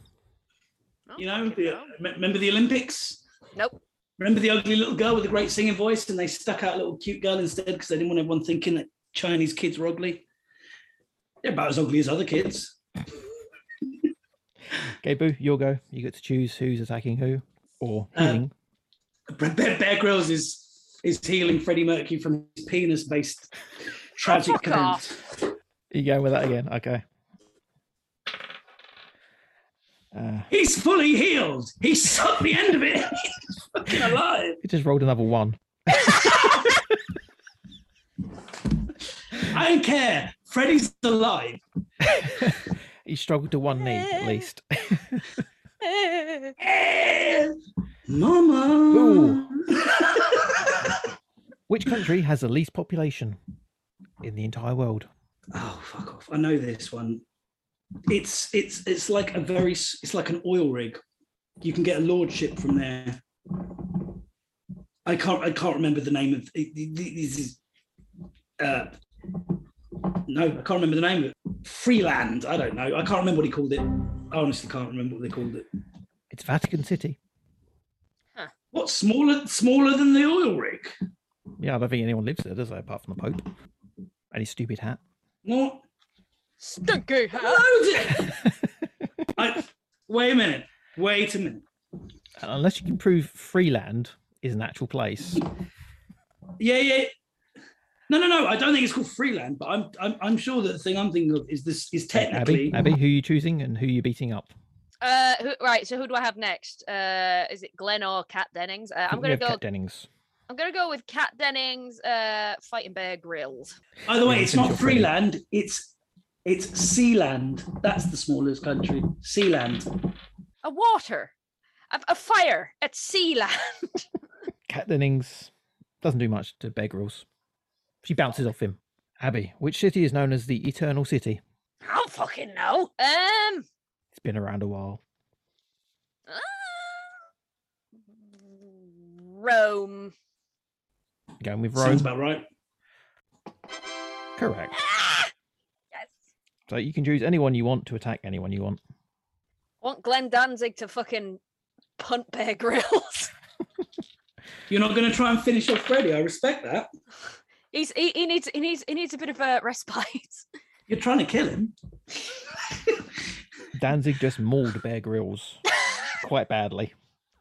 Oh, You know, fucking the, hell. me- remember the Olympics? Nope. Remember the ugly little girl with the great singing voice, and they stuck out a little cute girl instead because they didn't want everyone thinking that Chinese kids were ugly. They're about as ugly as other kids. Okay, Boo, you'll go. You get to choose who's attacking who or Uh, healing. Bear, Bear Grylls is is healing Freddie Mercury from his penis-based *laughs* tragic fuck event. you going with that again? Okay. Uh, He's fully healed. He sucked the end of it. *laughs* He's fucking alive. he just rolled another one. I don't care. Freddie's alive. He struggled to one knee at least. *laughs* Eh. Eh, Mama. *laughs* Which country has the least population in the entire world? oh fuck off! I know this one. It's it's it's like a very s- it's like an oil rig. You can get a lordship from there. I can't I can't remember the name of it- it- it- this is. Uh, no, I can't remember the name of it. Freeland. I don't know. I can't remember what he called it. I honestly can't remember what they called it. It's Vatican City. What smaller smaller than the oil rig? Yeah, I don't think anyone lives there, does there, apart from the Pope and his stupid hat. What? Stinky hat. Loads of- I, wait a minute. Wait a minute. And unless you can prove Freeland is an actual place, Yeah, yeah. No, no, no. I don't think it's called Freeland, but I'm I'm, I'm sure that the thing I'm thinking of is this is Okay, technically Abby, Abby, who are you choosing and who are you beating up? Uh, who, right. So who do I have next? Uh, is it Glenn or Kat Dennings? Uh, I I'm think we gonna have go. Kat Dennings. I'm gonna go with Kat Dennings. Uh, fighting Bear Grylls. By the way, Yeah, it's finish not off, Freddie. Freeland. It's it's Sealand. That's the smallest country. Sealand. A water. A, a fire at sea land. *laughs* Kat Dennings doesn't do much to Bear Grylls. She bounces off him. Abby, which city is known as the Eternal City? I don't fucking know. Um. It's been around a while. ah, Rome. Going with Rome. Sounds about right. Correct. Ah! Yes. So you can choose anyone you want to attack anyone you want. I want Glenn Danzig to fucking punt Bear Grylls. *laughs* You're not going to try and finish off Freddie. I respect that. He's he, he needs he needs he needs a bit of a respite. *laughs* You're trying to kill him. Danzig just mauled Bear *laughs* Grylls quite badly.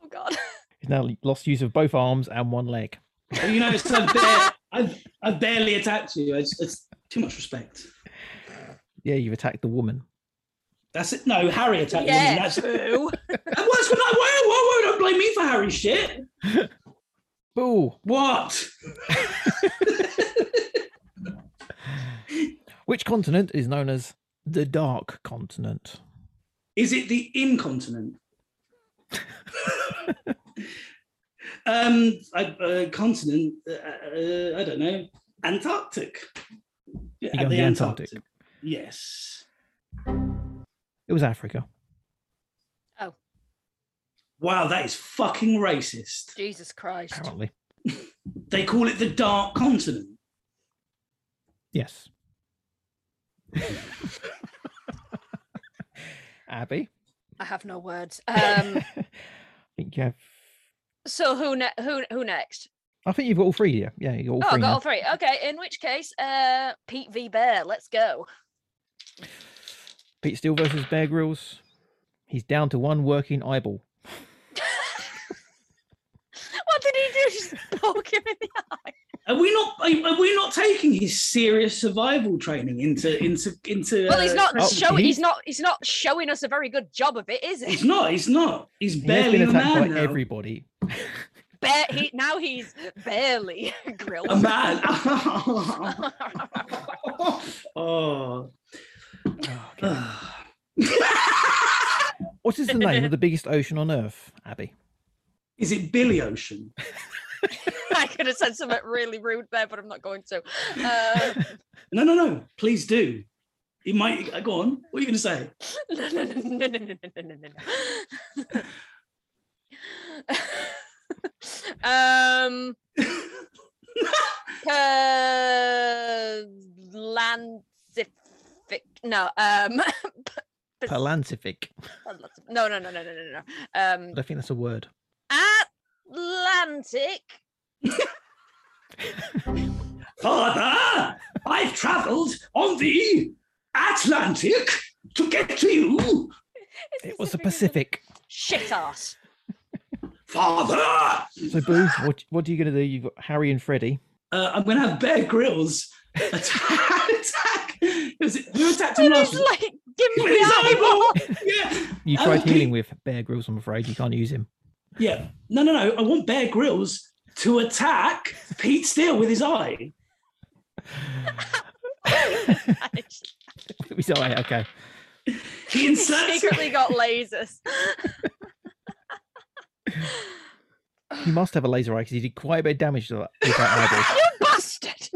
Oh god. He's now lost use of both arms and one leg. But you know, it's I, bare, I've, I barely attacked you. It's, it's too much respect. Yeah, you've attacked the woman. That's it. No, Harry attacked you. Yeah. That's boo. And What's with that? Whoa, whoa, whoa, don't blame me for Harry's shit. Boo! What? Which continent is known as the Dark Continent? Is it the incontinent? um, I, uh, continent, uh, uh, I don't know. Antarctic. You go to the Antarctic. Yes. It was Africa. Wow, that is fucking racist. Jesus Christ. Apparently, They call it the dark continent. *laughs* yes. Abby, I have no words. Um, *laughs* I think you have. so who ne- who who next? I think you've got all three. Yeah, yeah, you got all oh, I three. got now. all three. Okay, in which case, uh, Pete v Bear, let's go. *laughs* Pete Steele versus Bear Grylls. He's down to one working eyeball. What did he do? Just *laughs* poke him in the Are we not? Are, are we not taking his serious survival training into into into? Well, he's uh, not Oh, showing. he- He's not. He's not showing us a very good job of it, is *laughs* He's he? not. He's not. He's He has been barely a attacked by man now. everybody. Bare, he, now he's barely *laughs* A grilled. *laughs* man. *laughs* oh. Oh, What is the name of the biggest ocean on Earth, Abby? *sighs* Is it Billy Ocean? *laughs* I could have said something really rude there, but I'm not going to. Uh, *laughs* No, no, no. Please do. It might. uh, Go on. What are you going to say? *laughs* no, no, no, no, no, no, no, no, no, no, no. *laughs* um. Uh, Lancific. No. Um. *laughs* Pacific. No. No. No. No. No. No. No. Um. I don't think that's a word. Atlantic. Father, I've travelled on the Atlantic to get to you. It's It was the Pacific, isn't it? Pacific. Shit ass. Father, So, Boo, what, what are you going to do? You've got Harry and Freddy. uh, I'm going to have Bear Grylls *laughs* attack. attack. It was, we were attacked him It is last week. like, give me With his the eyeball. eyeball. Yeah. You Oh, tried Pete- healing with Bear Grylls, I'm afraid. You can't use him. *laughs* Yeah. No, no, no. I want Bear Grylls to attack Pete Steele with his eye. *laughs* We said, "Alright, okay. He He inserts. secretly got lasers. He must have a laser eye because he did quite a bit of damage to that, with that eyeball. you bastard.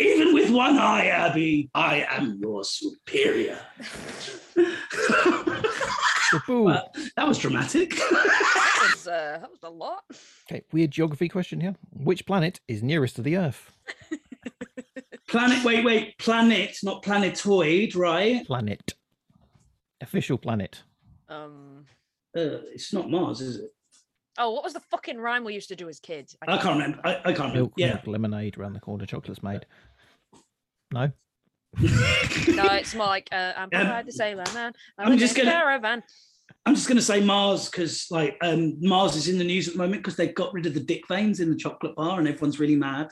Even with one eye, Abby, I am your superior. *laughs* So, Boo. Uh, that was dramatic. That was, uh, that was a lot. Okay, weird geography question here. Which planet is nearest to the Earth? planet, wait, wait, planet, not planetoid, right? Planet. Official planet. Um. Uh, it's not Mars, is it? Oh, what was the fucking rhyme we used to do as kids? I can't remember. I, I can't remember. Milk, Yeah. milk, lemonade, round the corner, chocolate's made. *laughs* No, it's more like uh, I'm Um, proud to say that, man. I'm just gonna- caravan. I'm just going to say Mars because, like, um, Mars is in the news at the moment because they got rid of the dick veins in the chocolate bar and everyone's really mad.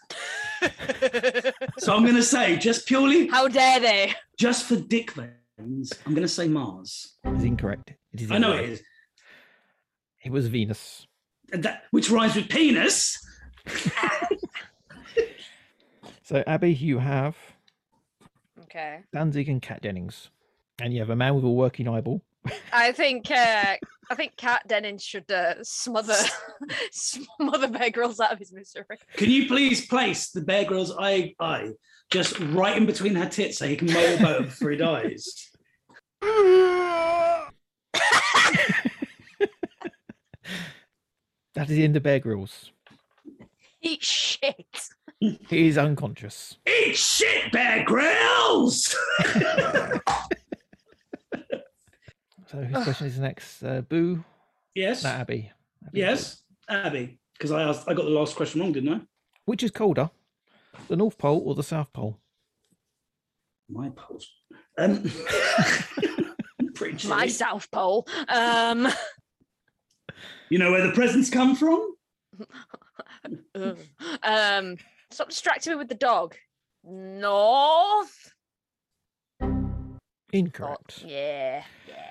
So I'm going to say, just purely, How dare they? just for dick veins, I'm going to say Mars. It's incorrect. It is I know incorrect. it is. It was Venus. And that, which rhymes with penis. So, Abby, you have Okay. Danzig and Cat Dennings. And you have a man with a working eyeball. *laughs* I think uh, I think Cat Dennings should uh, smother *laughs* smother Bear Grylls out of his misery. Can you please place the Bear Grylls eye, eye just right in between her tits so he can motorboat her before he dies? That is the end of Bear Grylls. Eat shit. He is unconscious. Eat shit, Bear Grylls! So, whose question is next? Uh, Boo, *laughs* yes. not Abby. Abby, Boo. Yes. Abby. Because I asked, I got the last question wrong, didn't I? Which is colder, the North Pole or the South Pole? My pulse. Um, *laughs* pretty chilly. My South Pole. Um, You know where the presents come from? ugh. um, stop distracting me with the dog. North. Oh, Incorrect. yeah. Yeah. *sighs*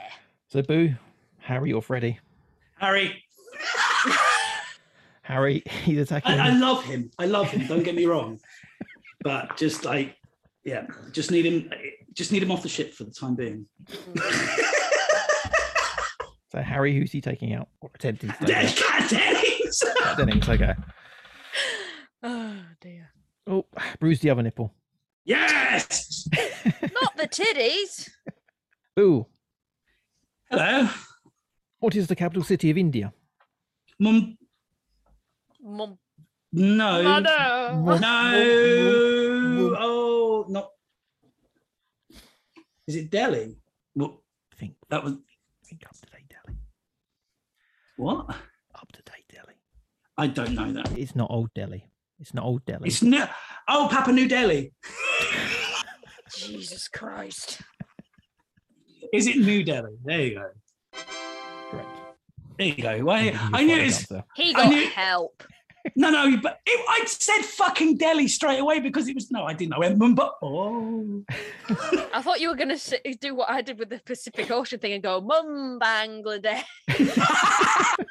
So, Boo, Harry or Freddy? Harry. Harry, *laughs* he's attacking. I, I love him. I love him. Don't get me wrong. But just like, yeah, just need him. Just need him off the ship for the time being. so, Harry, who's he taking out? Or attempting to take Dead out? cat Dennings. Dennings, okay. Oh dear. Oh, bruise the other nipple. Yes. Not the titties. Ooh. Hello. What is the capital city of India? Mum. Mum. Oh, No. Oh, Mother. No. Oh, not. Is it Delhi? Well, I think, that was I think up to date Delhi. what? Up to date Delhi. I don't know that. It's not old Delhi. It's not old Delhi. It's no. Oh, Papua New Delhi. Jesus Christ. Is it New Delhi? There you go. correct. There you go. Why? You I knew find it's out, He I got knew- help. no, no. But it, I said fucking Delhi straight away because it was no. I didn't. I went Mumbai. Oh, I thought you were going to do what I did with the Pacific Ocean thing and go, Mum, *laughs* Bangladesh. though.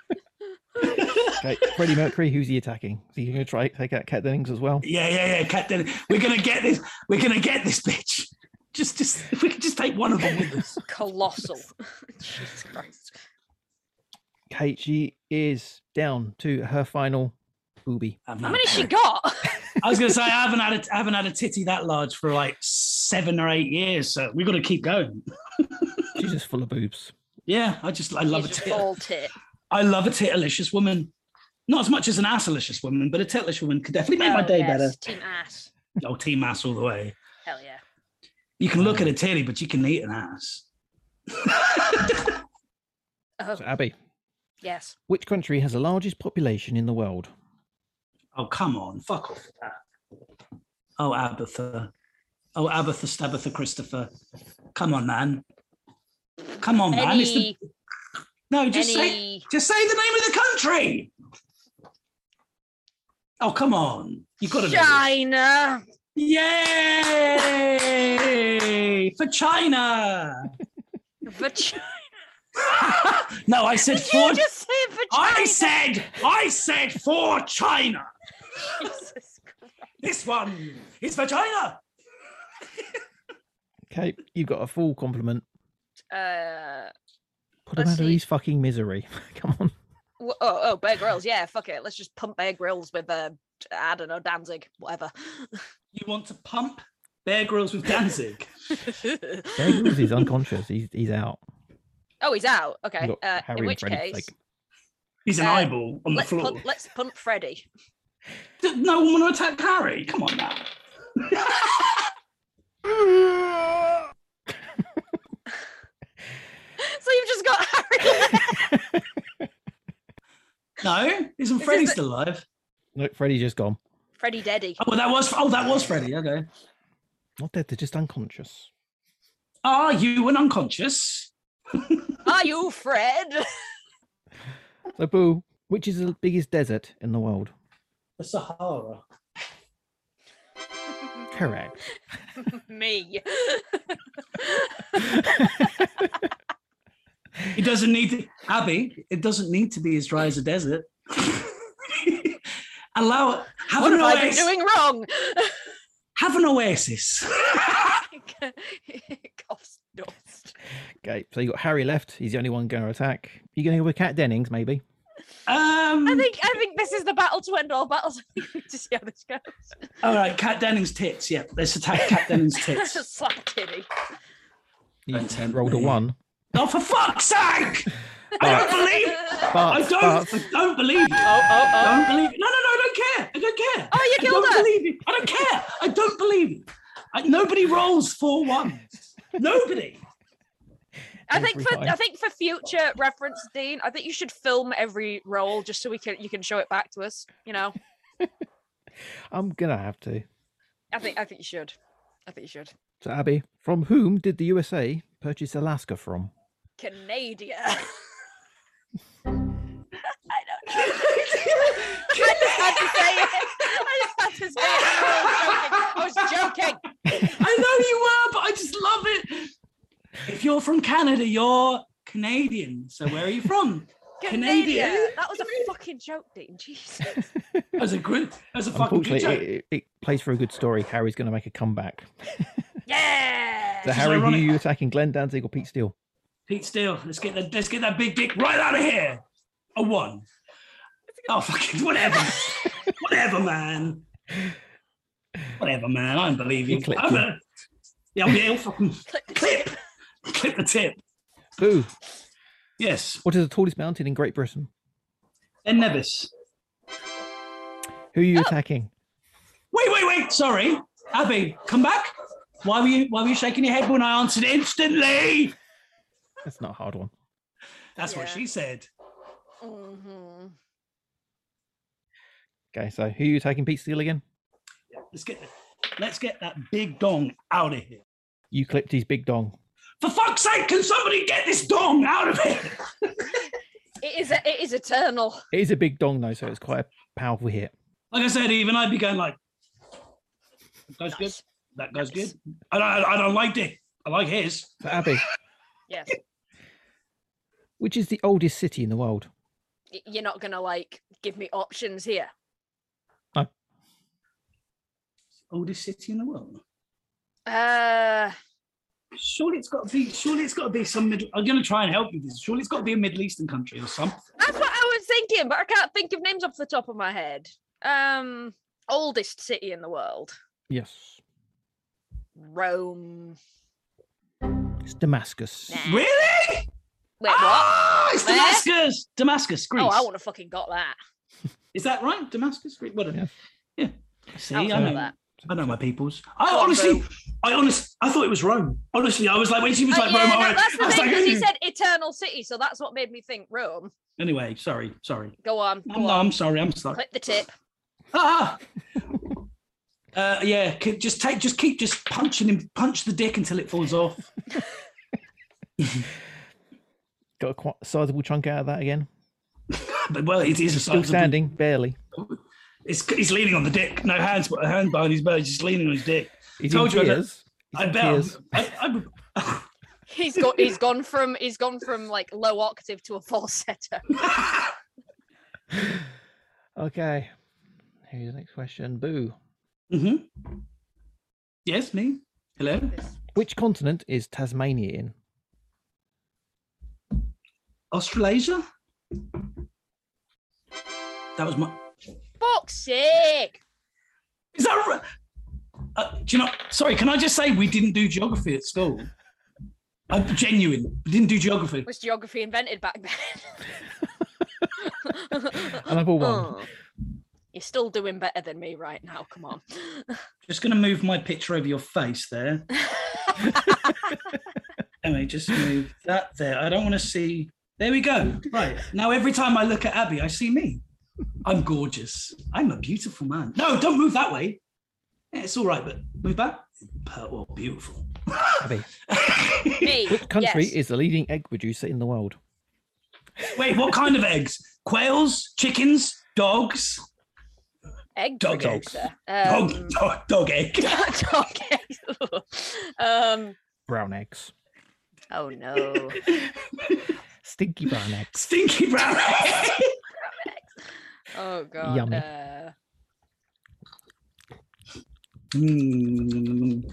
Okay, Freddie Mercury, who's he attacking? So you're going to try take out Cat Dennings as well? yeah, yeah, yeah. Cat Delhi. We're gonna get this. We're gonna get this bitch. Just, just if we could just take one of them with us. Colossal. Jesus Christ. Kate, she is down to her final booby. I've How not- many she got? I was going to say I haven't had a, I haven't had a titty that large for like seven or eight years, so we got to keep going. She's just full of boobs. Yeah, I just I *laughs* love a She's tit. full tit. I love a titalicious woman. Not as much as an assalicious woman, but a titalicious woman could definitely make my Oh, day yes, better. Team ass. Oh, team ass all the way. Hell yeah. You can look at a titty, but you can eat an ass. Oh, So Abby, yes. which country has the largest population in the world? Oh come on, fuck off with that. Oh Abatha, oh Abatha Stabatha Christopher, come on man, come on oh, man. It's the, Any, no, just say any, Just say the name of the country. Oh, come on. You've got to know. China. this. Yay! For China. *laughs* Vagina. no, I *laughs* said Did for you just say vagina? I said I said for China. *laughs* Jesus Christ. This one is for China. Kate, you've got a full compliment. Uh, Put 'em Let's out of see. his fucking misery. *laughs* Come on. wh- oh, oh, Bear Grylls. Yeah, fuck it. Let's just pump Bear Grylls with, uh, I don't know, Danzig, whatever. You want to pump Bear Grylls with *laughs* Danzig? Bear Grylls is unconscious. He's, he's out. oh, he's out. Okay. Look, Uh, Harry in and which Freddie, case, like- He's an Uh, eyeball on the let's, floor. *clears throat* pump, let's pump Freddy. *laughs* No one want to attack Harry. Come on now. So you've just got Harry. left. *laughs* No, isn't Is Freddy the- still alive? No, Freddie's just gone. Freddy Deddy. Oh, well, that was oh, that was Freddy. Okay. Not dead, they're just unconscious. Are you an unconscious? Are you Fred? *laughs* So, Boo, which is the biggest desert in the world? The Sahara. Correct. *laughs* Me. It doesn't need to, Abby. It doesn't need to be as dry as a desert. *laughs* Allow have What an have I been oasis. doing wrong? *laughs* have an oasis. *laughs* Coughs dust. Okay, so you got Harry left. He's the only one going to attack. You're going to go with Cat Dennings, maybe? um, I think I think this is the battle to end all battles. *laughs* I think we need to see how this goes. *laughs* all right, Cat Denning's tits. Yeah, let's attack Cat Denning's tits. Slap *laughs* titty. You Don't tempt rolled a me. one. oh, for fuck's sake! I don't believe. I But, don't. but, I don't believe you. Oh oh I oh. don't believe. No, no, no. I don't care. I don't care. Oh, you I killed don't her. believe you. I don't care. I don't believe you. I, nobody rolls four ones. Nobody. I think every for time. I think for future reference, Dean, I think you should film every roll just so we can you can show it back to us. You know, I'm going to have to. I think I think you should. I think you should. So, Abby, from whom did the USA purchase Alaska from? Canada. *laughs* I don't know. *laughs* I just had I to say it. I just had to say it. I was joking. I was joking. know you were, but I just love it. If you're from Canada, you're Canadian. So where are you from? Canadian. Canada. That was a fucking joke, Dean. Jesus. That was a good. That was a fucking good Unfortunately, it, joke. it, it plays for a good story. Harry's going to make a comeback. So, Yeah. is Harry, who are ironic. you attacking? Glenn Danzig or Pete Steele? Pete Steele, let's get that. Let's get that big dick right out of here. A one. Oh fucking whatever. whatever, man. Whatever, man. I don't believe you. You clipped I'm it. a- yeah, I'll be fucking Click the clip. clip the tip. Boo. Yes. What is the tallest mountain in Great Britain? Then Nevis. Who are Oh. you attacking? Wait, wait, wait. Sorry. Abby, come back. Why were you why were you shaking your head when I answered instantly? That's not a hard one. That's what Yeah. she said. hmm Okay, so who are you attacking, Pete Steele again? Let's get let's get that big dong out of here. You clipped his big dong. For fuck's sake, can somebody get this dong out of here? It is. It is eternal. It is a big dong though, so it's quite a powerful hit. Like I said, even I'd be going like that goes good. Nice. That goes Nice. good. I don't I don't like it. I like his. So *sighs* Abby, Yes. which is the oldest city in the world? Y- You're not gonna like give me options here. Oldest city in the world. Uh, Surely it's got to be. Surely it's got to be some middle. I'm going to try and help you. with This. Surely it's got to be a Middle Eastern country or something. that's what I was thinking, but I can't think of names off the top of my head. Um, oldest city in the world, Yes. Rome. It's Damascus. Nah. Really? Wait, what? Ah, it's Where? Damascus. Damascus, Greece. Oh, I wouldn't have fucking got that. Is that right? Damascus, Greece. What? Yeah. A, yeah. See, I I wouldn't have got know. that. I know my peoples. I Go on, honestly, Boo. I honestly, I thought it was Rome. Honestly, I was like, when she was Uh, like yeah, Rome, I no, went- that's I the was thing because like, hmm. he said eternal city, so that's what made me think Rome. anyway, sorry, sorry. Go on, I'm, go no, on. I'm sorry. I'm sorry. Clip the tip. Ah. Uh, yeah, c- just take, just keep, just punching him, punch the dick until it falls off. Got a quite sizable chunk out of that again. But well, it is a Still sizable- standing, barely. It's, he's leaning on the dick. No hands, but a hand behind his back. He's just leaning on his dick. He's in Told you I don't- tears. He's I in bet. I'm- tears. I, *laughs* I'm- He's got. He's gone from. He's gone from like low octave to a *laughs* falsetto. Okay. Here's the next question. Boo. Mhm. Yes, me. Hello. Which continent is Tasmania in? Australasia. That was my. Fuck's sake! Is that? r- Uh, do you know? Sorry, can I just say we didn't do geography at school? I'm genuine. We didn't do geography. Was geography invented back then? *laughs* Another one. Oh. You're still doing better than me right now. *laughs* Come on. Just going to move my picture over your face there. Anyway, just move that there. I don't want to see. There we go. Right. Now, every time I look at Abby, I see me. I'm gorgeous. I'm a beautiful man. No, don't move that way. Yeah, it's all right, but move back. Per- Well, beautiful. *laughs* Abby. me. Which country Oh. yes. is the leading egg producer in the world? Wait, what kind of eggs? Quails, chickens, dogs, egg dog eggs? producer? dog, Um, dog, dog egg. *laughs* dog eggs. um. Brown eggs. Oh no. Stinky brown egg. Stinky *laughs* brown egg. Oh god. Yummy. Uh, Mm.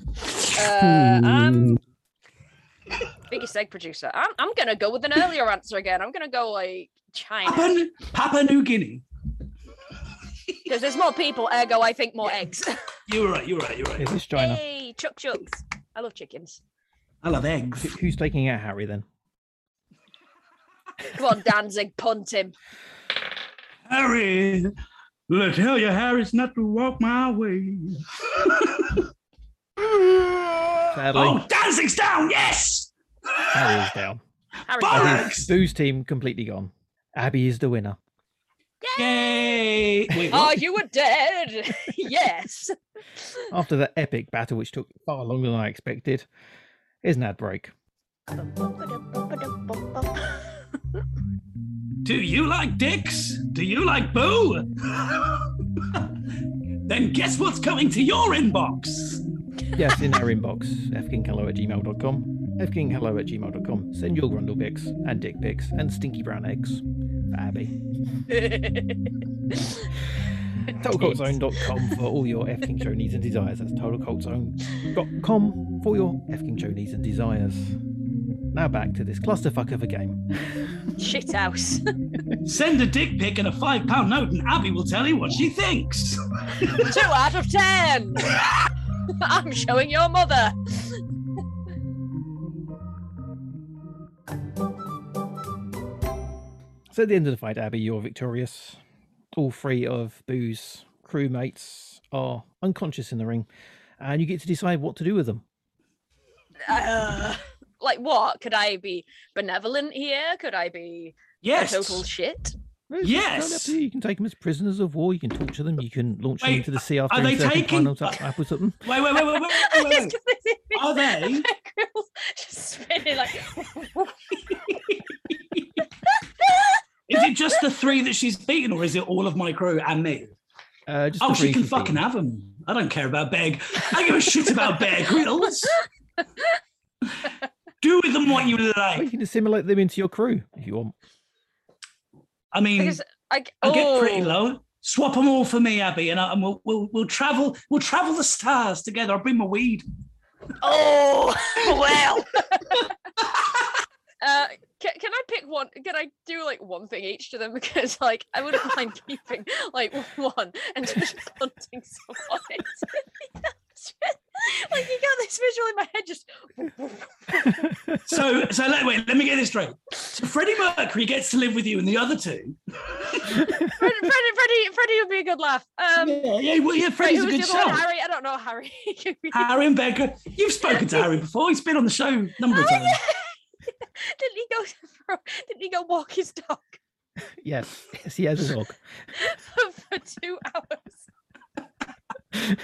uh, I'm biggest egg producer. I'm, I'm gonna go with an earlier answer again. I'm gonna go like China Papua, Papua New Guinea. because there's more people. Ergo, I think more eggs. You were right. You were right. You were right. It is China. hey, chuck chucks. I love chickens. I love Who- eggs. Who's taking out Harry then? Come on, Danzig, punt him. Harry, let tell you, Harry's not to walk my way. Sadly, Oh, dancing's down, yes! Harry is down. Harry Potter. Bollocks! Boo's team completely gone. Abby is the winner. Yay! Wait, Are what? you a dead? *laughs* yes. After that epic battle, which took far longer than I expected, here's an ad break. Do you like dicks? Do you like boo? *laughs* then guess what's coming to your inbox? Yes, in our inbox, fkinghello at gmail.com, fkinghello at gmail.com. Send your grundle pics and dick pics and stinky brown eggs for Abby. TotalCultZone.com for all your fking show needs and desires. That's TotalCultZone.com for your fking show needs and desires. Now back to this clusterfuck of a game. Shit house. Send a dick pic and a five pound note, and Abby will tell you what she thinks. Two out of ten. *laughs* I'm showing your mother. *sighs* So at the end of the fight, Abby, you're victorious. All three of Boo's crewmates are unconscious in the ring, and you get to decide what to do with them. Uh, like what? Could I be benevolent here? Could I be a Yes. total shit? It's entirely up Yes. to you. you can take them as prisoners of war. You can torture them. You can launch them Wait, into the sea after are they inserting taking- pineapple tap- apples at them. Wait, wait, wait, wait, wait, *laughs* wait, wait, wait. Are they? Just spinning like *laughs* Is it just the three that she's beaten, or is it all of my crew and me? Uh, just Oh, the she three can she's fucking beaten. have them. I don't care about Beg. I give a shit about Bear *laughs* Grylls. Do with them what you Or like. Oh, You can assimilate them into your crew if you want. *laughs* I mean, because I, I get pretty oh. low. Swap them all for me, Abby, and, I, and we'll, we'll we'll travel we'll travel the stars together. I'll bring my weed. Oh *laughs* well. Uh, can, can I pick one? Can I do like one thing each to them? *laughs* Because like I *laughs* wouldn't mind keeping like one and just *laughs* punting someone. *laughs* into the other. like you got this visual in my head, just *laughs* *laughs* So so let, wait, let me get this straight. So Freddie Mercury gets to live with you and the other two. Freddie, Freddie, Freddie, Freddie would be a good laugh. Um, yeah, yeah, well, yeah. wait, Freddie's who a was good the other one? shout. Harry, I don't know Harry. *laughs* Could be- Harry and Becca. You've spoken to Harry before. He's been on the show a *laughs* number of Oh, times. didn't he go? *laughs* For, didn't he go walk his dog Yes, yes, he has a dog. for, *laughs* for two hours? you,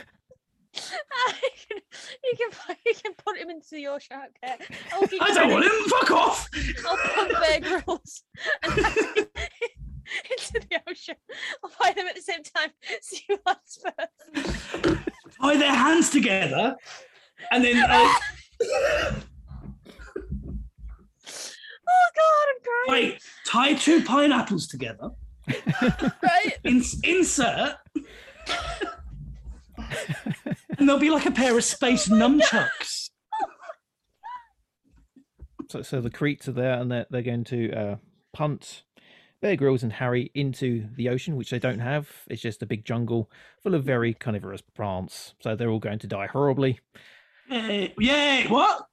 can, *laughs* you can put- you can put him into your shark cat. I'll keep I don't Freddie- want him. Fuck off. I'll pump Bear Grylls and *laughs* into the ocean. I'll buy them at the same time. *laughs* See who lands first. tie their hands together, and then uh, Oh God, I'm crying. wait, tie two pineapples together, Right? ins- insert, and they'll be like a pair of space nunchucks. So, so the Cretes are there, and they're they're going to uh, punt Bear Grylls and Harry into the ocean, which they don't have. It's just a big jungle full of very carnivorous plants. So they're all going to die horribly. Yay! Yay! What?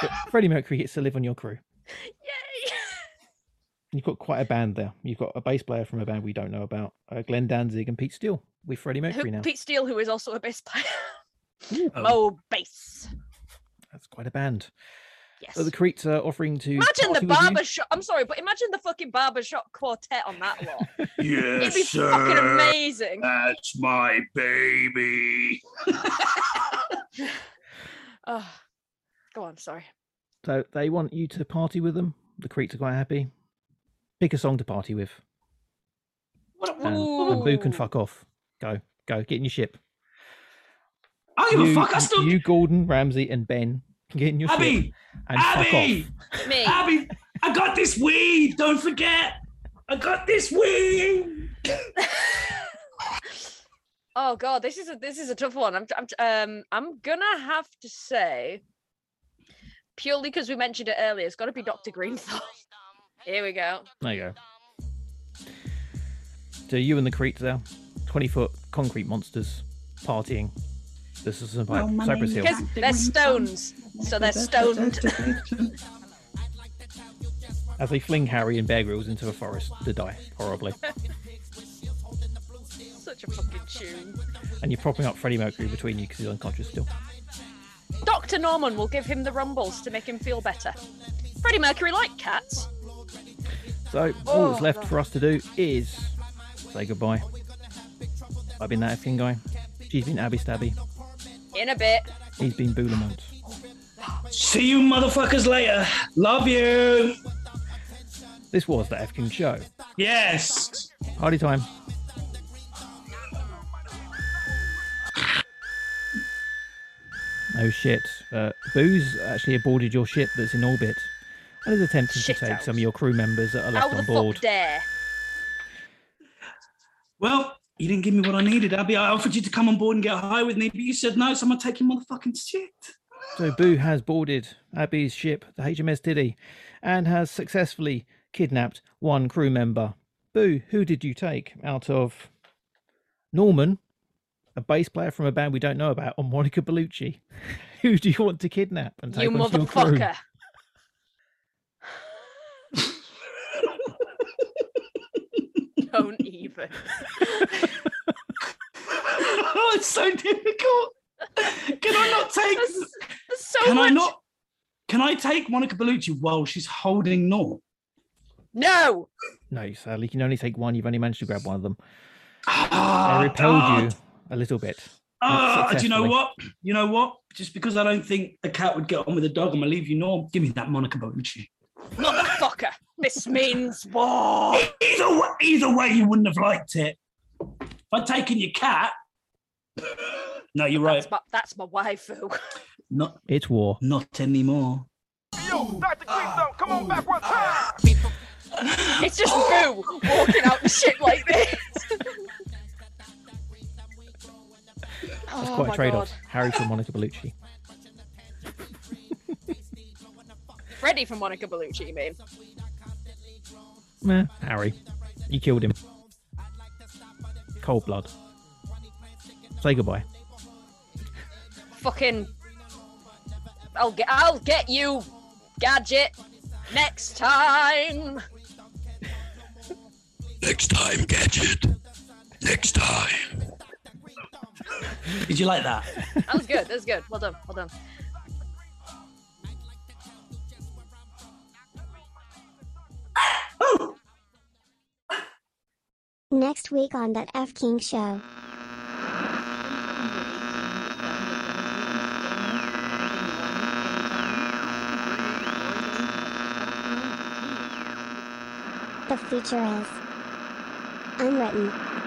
But Freddie Mercury gets to live on your crew. Yay! You've got quite a band there. You've got a bass player from a band we don't know about, uh, Glenn Danzig and Pete Steele with Freddie Mercury Who, now. Pete Steele, who is also a bass player. *laughs* Oh. Oh, bass. That's quite a band. Yes. So the Cretes are offering to Imagine party the with you. barber shop. I'm sorry, but imagine the fucking barber shop quartet on that lot. It'd Yes, be fucking amazing. That's my baby. Oh, go on, sorry. So they want you to party with them. The Cretes are quite happy. Pick a song to party with. What, what- And, and Boo can Ooh. fuck off. Go, go, get in your ship. I don't give a You, fuck. I you- still. you, Gordon, Ramsey, and Ben can get in your ship Abby, and Abby, Me. Abby, I got this weed. Don't forget. I got this weed. oh god, this is a this is a tough one. I'm I'm um I'm gonna have to say purely because we mentioned it earlier, it's got to be Dr. Greenthorpe. Here we go. There you go. So you and the Cretes there, twenty foot concrete monsters, partying. This is about Well, my Cypress Hill. name Because they're stones, so they're stoned. As they fling Harry and Bear Grylls into a forest to die horribly, *laughs* Such a fucking tune. and you're propping up Freddie Mercury between you because he's unconscious still. Dr. Norman will give him the rumbles to make him feel better. Freddie Mercury liked cats. So all that's Oh, left God. for us to do is say goodbye. I've been that African guy. She's been Abby Stabby. In a bit. He's been Boulamont. See you motherfuckers later. Love you. This was the African show. Yes. Party time. Oh shit. Uh, Boo's actually aborted your ship that's in orbit and is attempting Shit to take out. some of your crew members that are How left the on board. fuck dare? Well, you didn't give me what I needed, Abby. I offered you to come on board and get high with me, but you said no, so I'm gonna take your motherfucking shit. *laughs* So Boo has boarded Abby's ship, the HMS Tiddy, and has successfully kidnapped one crew member. Boo, who did you take out of Norman, a bass player from a band we don't know about, or Monica Bellucci? *laughs* Who do you want to kidnap and take you onto your crew? *laughs* motherfucker. Don't even. oh, it's so difficult. Can I not take? There's, there's so Can I much. not? Can I take Monica Bellucci while she's holding Nor? No. No, sadly, you can only take one. You've only managed to grab one of them. Ah, I repelled ah, you a little bit. ah, do you know successfully. what? You know what? Just because I don't think a cat would get on with a dog, I'm gonna leave you Norm. Give me that Monica Bellucci. Motherfucker. This means war. Either way, either way, you wouldn't have liked it. If I'd taken your cat. No, you're right. That's my, that's my waifu. Not It's war. not anymore. It's *gasps* just Boo walking out with shit like this. It's oh quite my a trade God. off. Harry for Monica Bellucci. Ready for Monica Bellucci, you mean? Meh, Harry. You killed him. Cold blood. Say goodbye. Fucking. I'll get. I'll get you, gadget. Next time. Next time, Gadget. Next time. Did you like that? That was good. That was good. Well done. Well done. Next week on that F King show. The future is unwritten.